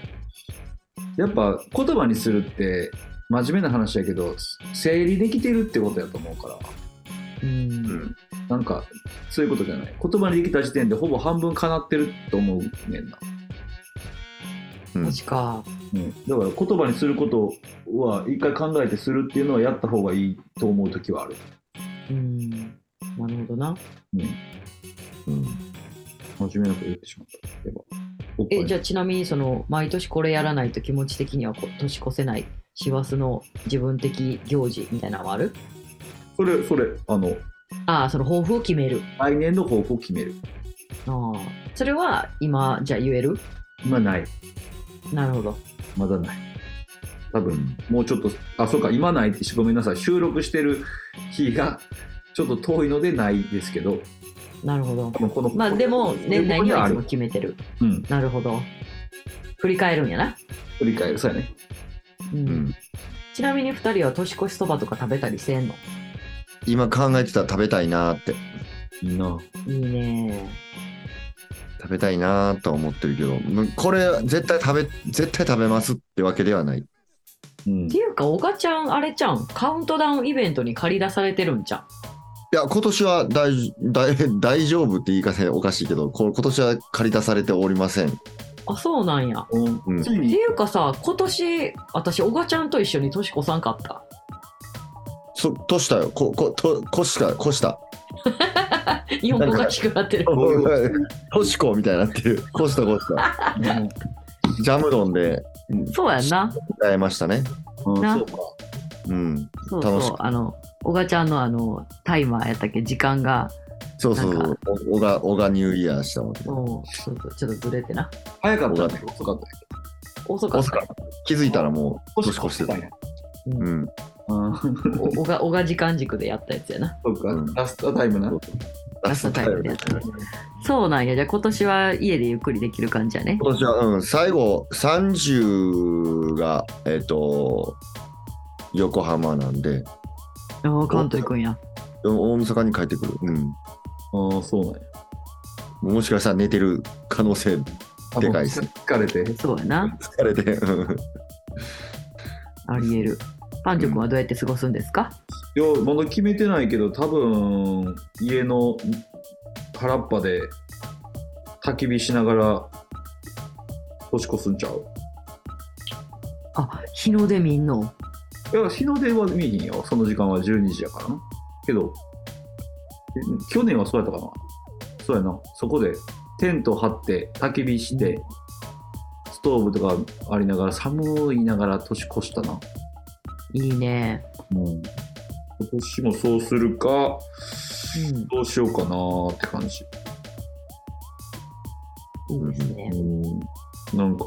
Speaker 2: やっぱ、言葉にするって、真面目な話やけど、整理できてるってことやと思うから、
Speaker 1: うん、
Speaker 3: うん
Speaker 2: なんか、そういうことじゃない。言葉にできた時点で、ほぼ半分叶ってると思うねんな。
Speaker 3: うん
Speaker 1: マジか
Speaker 2: うん、だから言葉にすることは一回考えてするっていうのはやった方がいいと思う時はある、
Speaker 1: うんなるほどな
Speaker 2: うん、
Speaker 3: うん
Speaker 2: 真面目なこと言ってしまったでもおっぱい
Speaker 1: えじゃあちなみにその毎年これやらないと気持ち的にはこ年越せない師走の自分的行事みたいなのはある
Speaker 2: それそれあの
Speaker 1: ああその抱負を決める
Speaker 2: 来年の抱負を決める
Speaker 1: ああそれは今じゃあ言える
Speaker 2: 今ない
Speaker 1: なるほど
Speaker 2: まだない多分もうちょっとあそうか今ないってごめんなさい収録してる日がちょっと遠いのでないですけど
Speaker 1: なるほど
Speaker 2: 多分この
Speaker 1: まあでも年内にはいつも決めてる
Speaker 2: うん
Speaker 1: なるほど振り返るんやな、
Speaker 2: 振り返るそうやね
Speaker 1: うん
Speaker 3: うん
Speaker 1: ちなみに2人は年越しそばとか食べたりせんの
Speaker 3: 今考えてたら食べたいなーって。
Speaker 2: いいない
Speaker 1: いね
Speaker 3: 食べたいなーとは思ってるけど、もうこれ絶対食べ、絶対食べますってわけではない。
Speaker 2: うん
Speaker 1: っていうか小賀ちゃんあれちゃんカウントダウンイベントに借り出されてるんじゃん
Speaker 3: いや、今年は大丈大大丈夫って言い方おかしいけど、こ今年は借り出されておりません。
Speaker 1: あそうなんや
Speaker 2: うんつい
Speaker 1: って
Speaker 2: に
Speaker 1: いうかさ今年私小賀ちゃんと一緒に年越さんかった
Speaker 3: そ、としたよ。こ、こ、と、こしか、こした。
Speaker 1: 日本おかしくなってる
Speaker 3: としこみたいになってる。こしたこした。ジャムドンで
Speaker 1: そうやんな
Speaker 3: 会えましたね。
Speaker 2: うんうん
Speaker 1: な
Speaker 2: そうか
Speaker 3: うん。
Speaker 1: そうそ
Speaker 3: 楽し
Speaker 1: う
Speaker 3: か
Speaker 1: あの小賀ちゃんのあのタイマーやったっけ時間が
Speaker 3: そうそう
Speaker 1: な
Speaker 3: そ
Speaker 1: ん
Speaker 3: う。おおが、おがニューイヤーしたわけ。
Speaker 1: もうちょっとちょっとずれてな
Speaker 2: 早かったね遅かったね
Speaker 1: 遅かっ
Speaker 3: 遅か
Speaker 1: た
Speaker 3: 気づいたらもう年越してた。
Speaker 2: ね
Speaker 3: うん。
Speaker 2: うん
Speaker 1: お小賀小賀時間軸でやったやつやな
Speaker 2: そうか、
Speaker 3: うん
Speaker 2: ラストタイムな。
Speaker 1: ラストタイムでやったやつそうなんやじゃあ今年は家でゆっくりできる感じやね
Speaker 3: 今年は、うん、最後30が、えっ、と、横浜なんで、
Speaker 1: ああカントリーくんや
Speaker 3: お大阪に帰ってくる。う
Speaker 2: ああ、そうなんや。
Speaker 3: ん。もしかしたら寝てる可能性、でかいっすね
Speaker 2: 疲れて。
Speaker 1: そうやな
Speaker 3: 疲れて。 うん
Speaker 1: ありえるパンチョ君はどうやって過ごすんですか、
Speaker 2: いや、まだ決めてないけど、多分、家の原っぱで焚き火しながら年越すんちゃう
Speaker 1: あ日の出みんの
Speaker 2: いや、日の出は見えへんよ。その時間は12時やからな。けど、え去年はそうやったかな。そうやな。そこでテント張って、焚き火して、ストーブとかありながら、寒いながら年越したな。
Speaker 1: いいね
Speaker 2: うん、今年もそうするか、
Speaker 1: うん
Speaker 2: どうしようかなって感じ。
Speaker 1: いいですね、
Speaker 2: うん、なんか、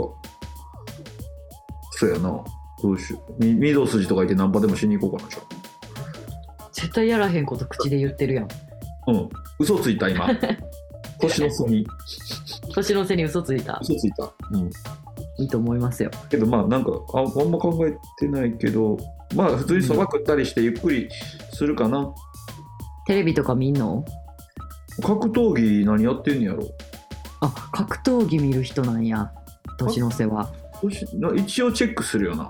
Speaker 2: そうやな。どうしよう。み御堂筋とか行ってナンパでもしに行こうかな、じゃあ
Speaker 1: 絶対やらへんこと口で言ってるやん。
Speaker 2: うん。嘘つい た、今。腰の隅に。
Speaker 1: 年の瀬に嘘ついた。
Speaker 2: 嘘ついた。うん。
Speaker 1: いいと思いますよ。
Speaker 2: けどまあなんかああんま考えてないけどまあ普通にそば食ったりしてゆっくりするかな、
Speaker 1: テレビとか見んの
Speaker 2: 格闘技何やってんのやろ
Speaker 1: あ、格闘技見る人なんや。年の瀬は。
Speaker 2: どうしな一応チェックするよな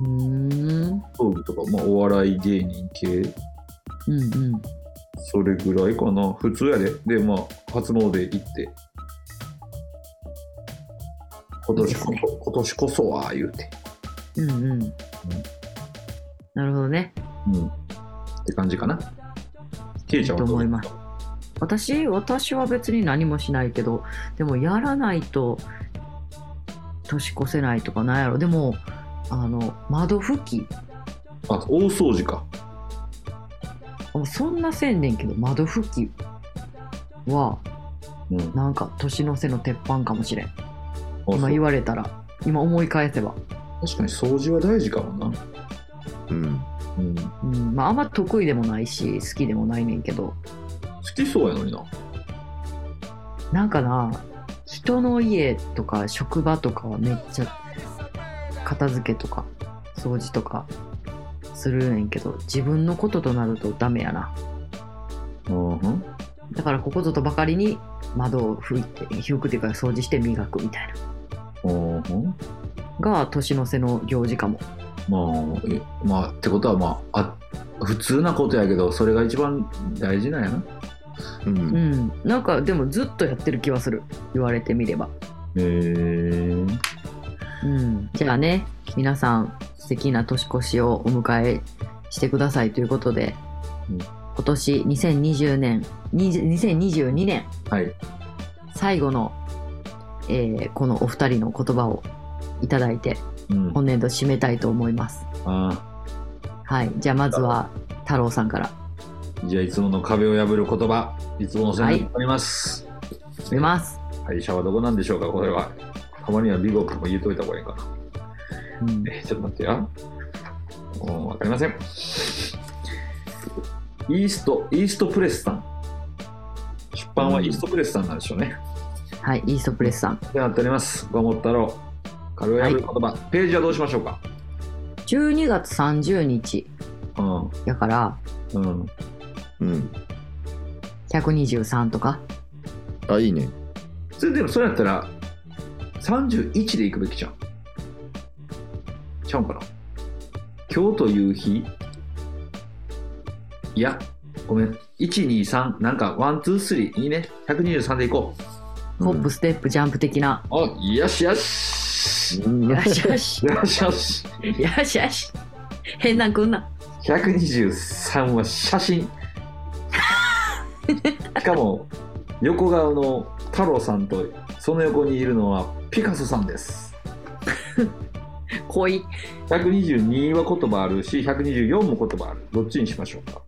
Speaker 1: うーん。
Speaker 2: 格闘技とか、まあ、お笑い芸人系
Speaker 1: うんうん。
Speaker 2: それぐらいかな普通やででまあ初詣行って
Speaker 1: い
Speaker 2: 今
Speaker 1: い
Speaker 2: 年
Speaker 1: です
Speaker 2: こそ、
Speaker 1: ね
Speaker 2: 今年こそは言うて
Speaker 1: うんうん。なるほどね。
Speaker 2: うんって感じかなケイちゃんはど
Speaker 1: いいと思
Speaker 2: う
Speaker 1: います私、私は別に何もしないけど、でもやらないと年越せないとかなんやろ。でも、あの、窓拭き。
Speaker 2: あ大掃除か
Speaker 1: もうそんなせんねんけど、窓拭きは、
Speaker 2: うん
Speaker 1: なんか年の瀬の鉄板かもしれん。
Speaker 2: あ
Speaker 1: 今言
Speaker 2: そう
Speaker 1: われたら、今思い返せば。
Speaker 2: 確かに掃除は大事かもな
Speaker 3: うん。
Speaker 2: うん
Speaker 1: うん、まああんま得意でもないし、好きでもないねんけど、
Speaker 2: 好きそうやのにな。
Speaker 1: なんかな、人の家とか職場とかはめっちゃ片付けとか掃除とかするねんけど、自分のこととなるとダメやな。
Speaker 2: うん。
Speaker 1: だからここぞとばかりに窓を拭いて、拭くっていうか掃除して磨くみたいな。
Speaker 2: うん。
Speaker 1: が年の瀬の行事かも。
Speaker 2: まあ、えまあ、ってことは、まあ、あ、普通なことやけど、それが一番大事なんやな。
Speaker 3: う。
Speaker 1: うんん、なんかでもずっとやってる気はする言われてみれば、
Speaker 2: へえ。
Speaker 1: うん、じゃあね皆さん素敵な年越しをお迎えしてくださいということで、
Speaker 2: うん
Speaker 1: 今年2020年20 2022年
Speaker 2: はい。
Speaker 1: 最後の、えーこのお二人の言葉をいただいて
Speaker 2: うん。
Speaker 1: 本年度締めたいと思います
Speaker 2: あ
Speaker 1: はいじゃあまずは太郎さんから
Speaker 2: あじゃあ、いつもの壁を破る言葉、いつもお世話になります。
Speaker 1: 見ます、
Speaker 2: 会社はどこなんでしょうか、これは。たまにはビゴップも言うといた方がいいかな。
Speaker 1: うん
Speaker 2: えちょっと待ってよ。もうわかりません。イースト、イーストプレスさん。出版はイーストプレスさんなんでしょうね。
Speaker 1: はいイーストプレスさん
Speaker 2: ではなっております。ごもったろう。軽い破る言葉、ページはどうしましょうか。
Speaker 1: 12月30日
Speaker 2: う
Speaker 1: やから
Speaker 2: ん。うん。
Speaker 3: うん。
Speaker 1: 123とか
Speaker 3: あ、いいね。
Speaker 2: それでもそれやったら、31で行くべきじゃん。ちゃうんかな。今日という日。いや、ごめん。1、2、3、なんか、ワン、ツー、スリー、いいね。123で行こう。
Speaker 1: ホップ、ステップジャンプ的な、
Speaker 2: あ、よしよし。
Speaker 3: うん、
Speaker 1: よしよし
Speaker 2: よしよし。
Speaker 1: よしよし変なんくんな
Speaker 2: 123は写真しかも横顔の太郎さんとその横にいるのはピカソさんです
Speaker 1: 恋
Speaker 2: 122は言葉あるし124も言葉あるどっちにしましょうか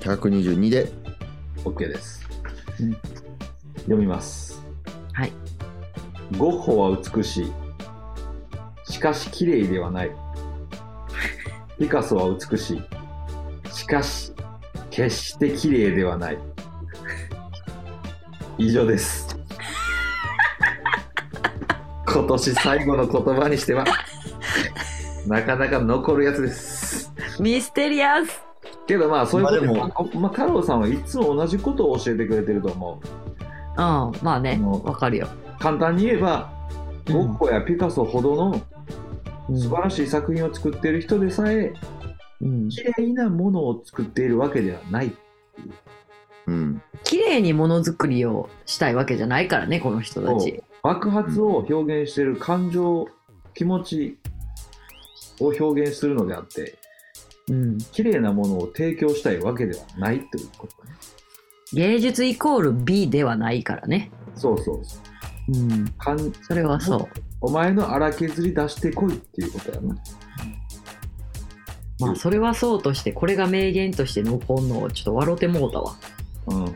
Speaker 3: 122で。
Speaker 2: OK です、
Speaker 1: うん
Speaker 2: 読みます
Speaker 1: はい
Speaker 2: ゴッホは美しいしかし綺麗ではないピカソは美しいしかし決して綺麗ではない以上です今年最後の言葉にしてはなかなか残るやつです
Speaker 1: ミステリアス
Speaker 2: けどまあそういうことで、
Speaker 3: まあ
Speaker 2: まあまあ、太郎さんはいつも同じことを教えてくれてると思う
Speaker 1: うんまあね
Speaker 2: もう
Speaker 1: わかるよ、
Speaker 2: 簡単に言えば
Speaker 1: うん
Speaker 2: ゴッホやピカソほどの
Speaker 1: うん
Speaker 2: 素晴らしい作品を作っている人でさえ
Speaker 1: うん、
Speaker 2: 綺麗なものを作っているわけではない
Speaker 3: うん。
Speaker 1: 綺麗にものづくりをしたいわけじゃないからねこの人たち
Speaker 2: 爆発を表現している感情、気持ちを表現するのであって
Speaker 1: うん、
Speaker 2: 綺麗なものを提供したいわけではないということね
Speaker 1: 芸術イコール美ではないからね、
Speaker 2: そうそうそう
Speaker 1: うん、
Speaker 2: かん
Speaker 1: それはそう
Speaker 2: お前の荒削り出してこいっていうことやな
Speaker 1: まあそれはそうとしてこれが名言として残んのをちょっと笑うてもうた わ
Speaker 2: うんもう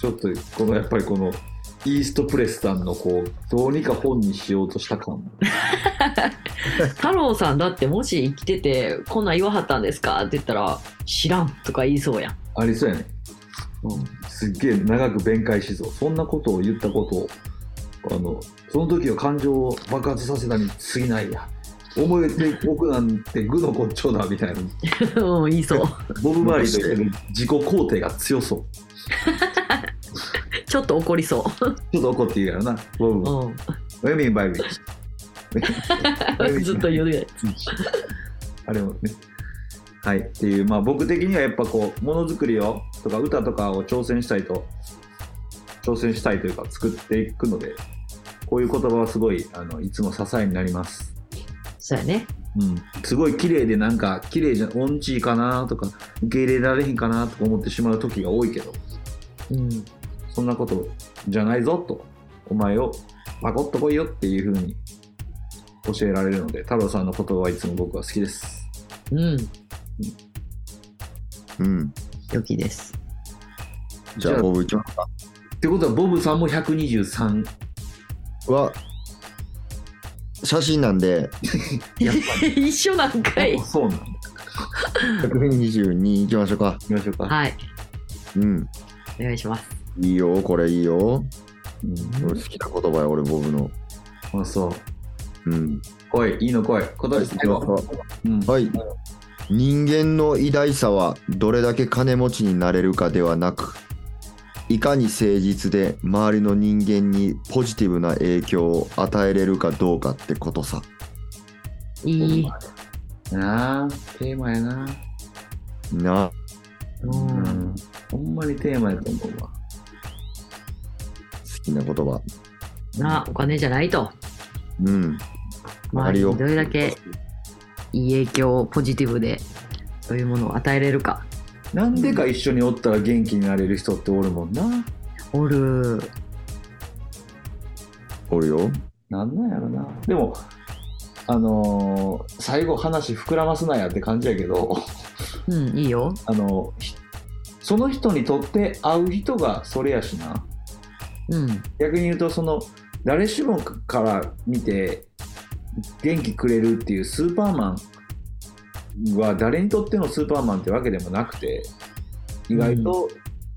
Speaker 2: ちょっとこのやっぱりこのイーストプレスさんのこうどうにか本にしようとした感
Speaker 1: 太郎さんだってもし生きててこんなん言わはったんですかって言ったら知らんとか言いそうやん。
Speaker 2: ありそうやね、うん、すっげえ長く弁解しそうそんなことを言ったことをあのその時は感情を爆発させたに過ぎないや思えて僕なんて愚の骨頂だみたいな
Speaker 1: うん、言いそう。
Speaker 2: ボブ・マーリーと言ってる自己肯定が強そう
Speaker 1: ちょっと怒りそ
Speaker 2: ちょっと怒って言うやろなボブ
Speaker 1: う。うん
Speaker 2: ウェミンバイビ ー
Speaker 1: ずっと言うや
Speaker 2: あれもね。はい。っていう、まあ僕的にはやっぱこう、ものづくりをとか歌とかを挑戦したいと、挑戦したいというか作っていくので、こういう言葉はすごい、あの、いつも支えになります。
Speaker 1: つ。そうやね。
Speaker 2: うん。すごい綺麗でなんか、綺麗じゃ、音痴いかなとか、受け入れられへんかなとか思ってしまう時が多いけど、
Speaker 1: うん。
Speaker 2: そんなことじゃないぞと、お前をパコッと来いよっていう風に教えられるので、太郎さんの言葉はいつも僕は好きです。
Speaker 1: うん。
Speaker 3: うん。
Speaker 1: 良きです。
Speaker 3: じゃあ、ボブちゃん
Speaker 2: ってことはボブさんも123
Speaker 3: は、写真なんで、
Speaker 2: やっ
Speaker 1: 一緒なん
Speaker 2: ぱ
Speaker 1: か
Speaker 2: り
Speaker 1: い
Speaker 2: やっぱ。そうなんだ行
Speaker 3: 122いきましょうか。
Speaker 2: きましょうか、
Speaker 1: はい。
Speaker 3: うん。
Speaker 1: お願いします。
Speaker 3: いいよ、これいいよ。
Speaker 2: うん
Speaker 3: 俺好きな言葉や、俺、ボブの。
Speaker 2: あそう
Speaker 3: うん。
Speaker 2: 声いいの声今年最後、うん、
Speaker 3: はい。人間の偉大さはどれだけ金持ちになれるかではなく、いかに誠実で周りの人間にポジティブな影響を与えれるかどうかってことさ。
Speaker 1: いい。
Speaker 2: なあテーマやな
Speaker 3: な、
Speaker 1: うん。
Speaker 2: ほんまにテーマやと思うわ
Speaker 3: 好きな言葉。
Speaker 1: な、お金じゃないと。
Speaker 3: うん。
Speaker 1: 周りにどれだけいい影響をポジティブで、そういうものを与えれるか。
Speaker 2: なんでか一緒におったら元気になれる人っておるもんな
Speaker 1: おる。
Speaker 3: おるよ。
Speaker 2: なんなんやろなでもあのー最後話膨らますなやって感じやけど
Speaker 1: うん、いいよ。
Speaker 2: あのひその人にとって会う人がそれやしな
Speaker 1: うん。
Speaker 2: 逆に言うとその誰しもから見て元気くれるっていうスーパーマンは誰にとってのスーパーマンってわけでもなくて意外と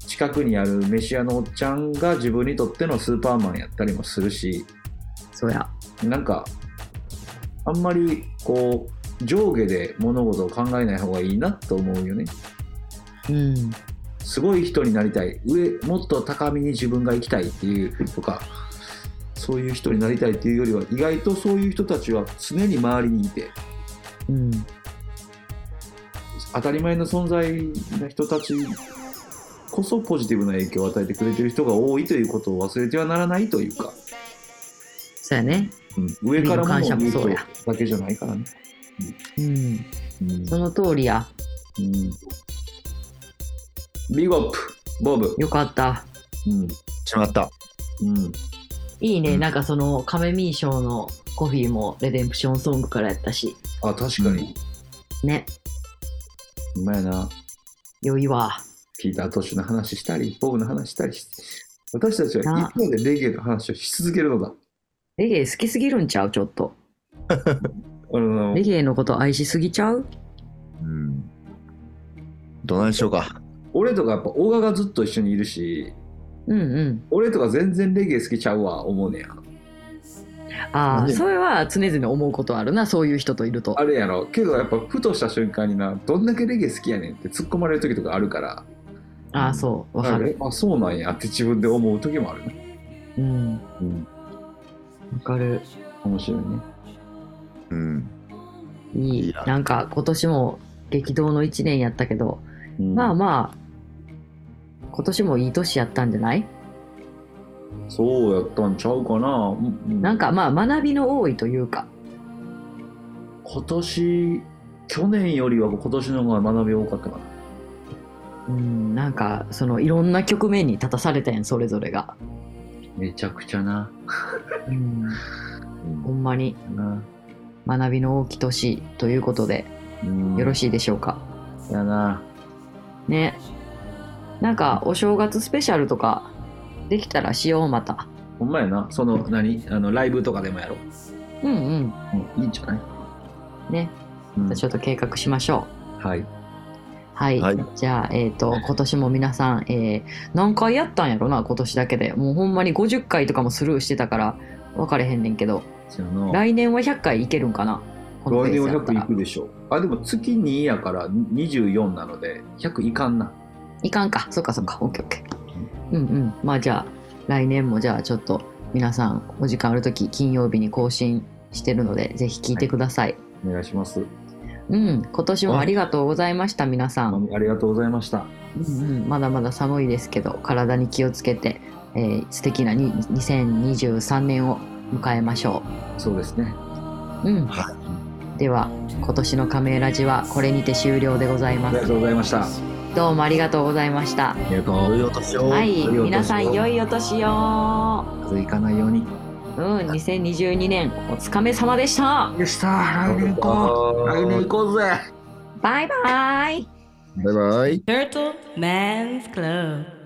Speaker 2: 近くにある飯屋のおっちゃんが自分にとってのスーパーマンやったりもするし
Speaker 1: そうや。
Speaker 2: なんかあんまりこう上下で物事を考えない方がいいなと思うよね。
Speaker 1: うん。
Speaker 2: すごい人になりたい上もっと高みに自分が行きたいっていうとかそういう人になりたいっていうよりは意外とそういう人たちは常に周りにいて
Speaker 1: うん。
Speaker 2: 当たり前の存在な人たちこそポジティブな影響を与えてくれてる人が多いということを忘れてはならないというか、
Speaker 1: そうやね。
Speaker 2: うん、上から
Speaker 1: 感
Speaker 2: も
Speaker 1: 謝も
Speaker 2: 見る
Speaker 1: そうや
Speaker 2: 人だけじゃないからね。
Speaker 1: うん。
Speaker 2: うんうん
Speaker 1: その通りや。
Speaker 2: ビゴップボブ、
Speaker 1: よかった。
Speaker 2: うん
Speaker 3: しまった。
Speaker 2: うん、
Speaker 1: いいね、
Speaker 3: うん
Speaker 1: なんかそのカメミー賞のコフィーもレデンプションソングからやったし、
Speaker 2: あ確かに、
Speaker 1: ね、
Speaker 2: うまいな。
Speaker 1: 良いわ。
Speaker 2: ピーター・トッシュの話したり、ボブの話したりし、私たちは
Speaker 1: ない
Speaker 2: つまでレゲエの話をし続けるのだ。
Speaker 1: レゲエ好きすぎるんちゃうちょっと。
Speaker 2: あの
Speaker 1: レゲエのこと愛しすぎちゃう
Speaker 3: うん。どないしようか。
Speaker 2: 俺とかやっぱ、オガがずっと一緒にいるし、
Speaker 1: うんうん。
Speaker 2: 俺とか全然レゲエ好きちゃうわ、思うねや。
Speaker 1: あ
Speaker 2: なん
Speaker 1: あ、
Speaker 2: で
Speaker 1: それは常々思うことあるな、そういう人といると
Speaker 2: あ。れやろ、けどやっぱ、ふとした瞬間にな、どんだけレゲエ好きやねんって突っ込まれる時とかあるから、
Speaker 1: ああ、そう、わかる。
Speaker 2: あそうなんやって自分で思う時もあるね。
Speaker 1: うん、わ
Speaker 2: うん、
Speaker 1: かる。
Speaker 2: 面白いね。
Speaker 3: うん。
Speaker 1: いい
Speaker 3: いや。
Speaker 1: なんか今年も激動の1年やったけど、
Speaker 2: うん
Speaker 1: まあまあ、今年もいい年やったんじゃない
Speaker 2: そうやったんちゃうかな。うう
Speaker 1: なんかまあ学びの多いというか、
Speaker 2: 今年、去年よりは今年の方が学び多かったかな。
Speaker 1: うん、なんかそのいろんな局面に立たされたやん、それぞれが。
Speaker 2: めちゃくちゃな。
Speaker 1: うん
Speaker 2: うん
Speaker 1: ほんまに
Speaker 2: な
Speaker 1: 学びの大きい年ということで
Speaker 2: うん
Speaker 1: よろしいでしょうか。
Speaker 2: やな。
Speaker 1: ね。なんかお正月スペシャルとかできたらしようまた。
Speaker 2: ほんまやな。その、何あの、ライブとかでもやろ。
Speaker 1: うんうん。
Speaker 2: うん、いいんじゃない
Speaker 1: ね。
Speaker 2: うん
Speaker 1: ちょっと計画しましょ
Speaker 2: はい。
Speaker 1: う。はい。
Speaker 3: はい
Speaker 1: じゃあ、えっ、と、今年も皆さん、えー何回やったんやろな、今年だけで。もうほんまに50回とかもスルーしてたから、分かれへんねんけど、
Speaker 2: その来
Speaker 1: 来年は100回いけるんかな。このペー
Speaker 2: 年
Speaker 1: ス
Speaker 2: は
Speaker 1: やった
Speaker 2: 100い
Speaker 1: ら
Speaker 2: く。でしょう。あ、でも月2やから24なので、100いかんな。
Speaker 1: いかんか。そっかそっか。オッケーオッケー。うんうん。まあじゃあ、来年もじゃあちょっと皆さんお時間あるとき金曜日に更新してるので、ぜひ聞いてください。
Speaker 2: お願いします。
Speaker 1: うん。今年もありがとうございました、皆さん。
Speaker 2: ありがとうございました。
Speaker 1: うんうんまだまだ寒いですけど、体に気をつけて、えー素敵なに2023年を迎えましょ
Speaker 2: そうですね。
Speaker 1: う。うん。
Speaker 3: は
Speaker 1: では、今年の亀ラジはこれにて終了でございま
Speaker 2: ありが
Speaker 1: す
Speaker 2: と。うございました。あ
Speaker 1: どうもありがとうございました。
Speaker 2: りがと
Speaker 3: い。良
Speaker 2: う。
Speaker 3: いお年を。
Speaker 1: はい。
Speaker 2: 良いお年を
Speaker 1: 皆さん、良いお年を。
Speaker 2: 風邪いかないように。
Speaker 1: うん、2022年お疲れ様でした。
Speaker 2: でした。来年行こう。来年行こうぜ。
Speaker 1: バイバイ。
Speaker 3: バイバイ。
Speaker 4: Turtle Man's Club.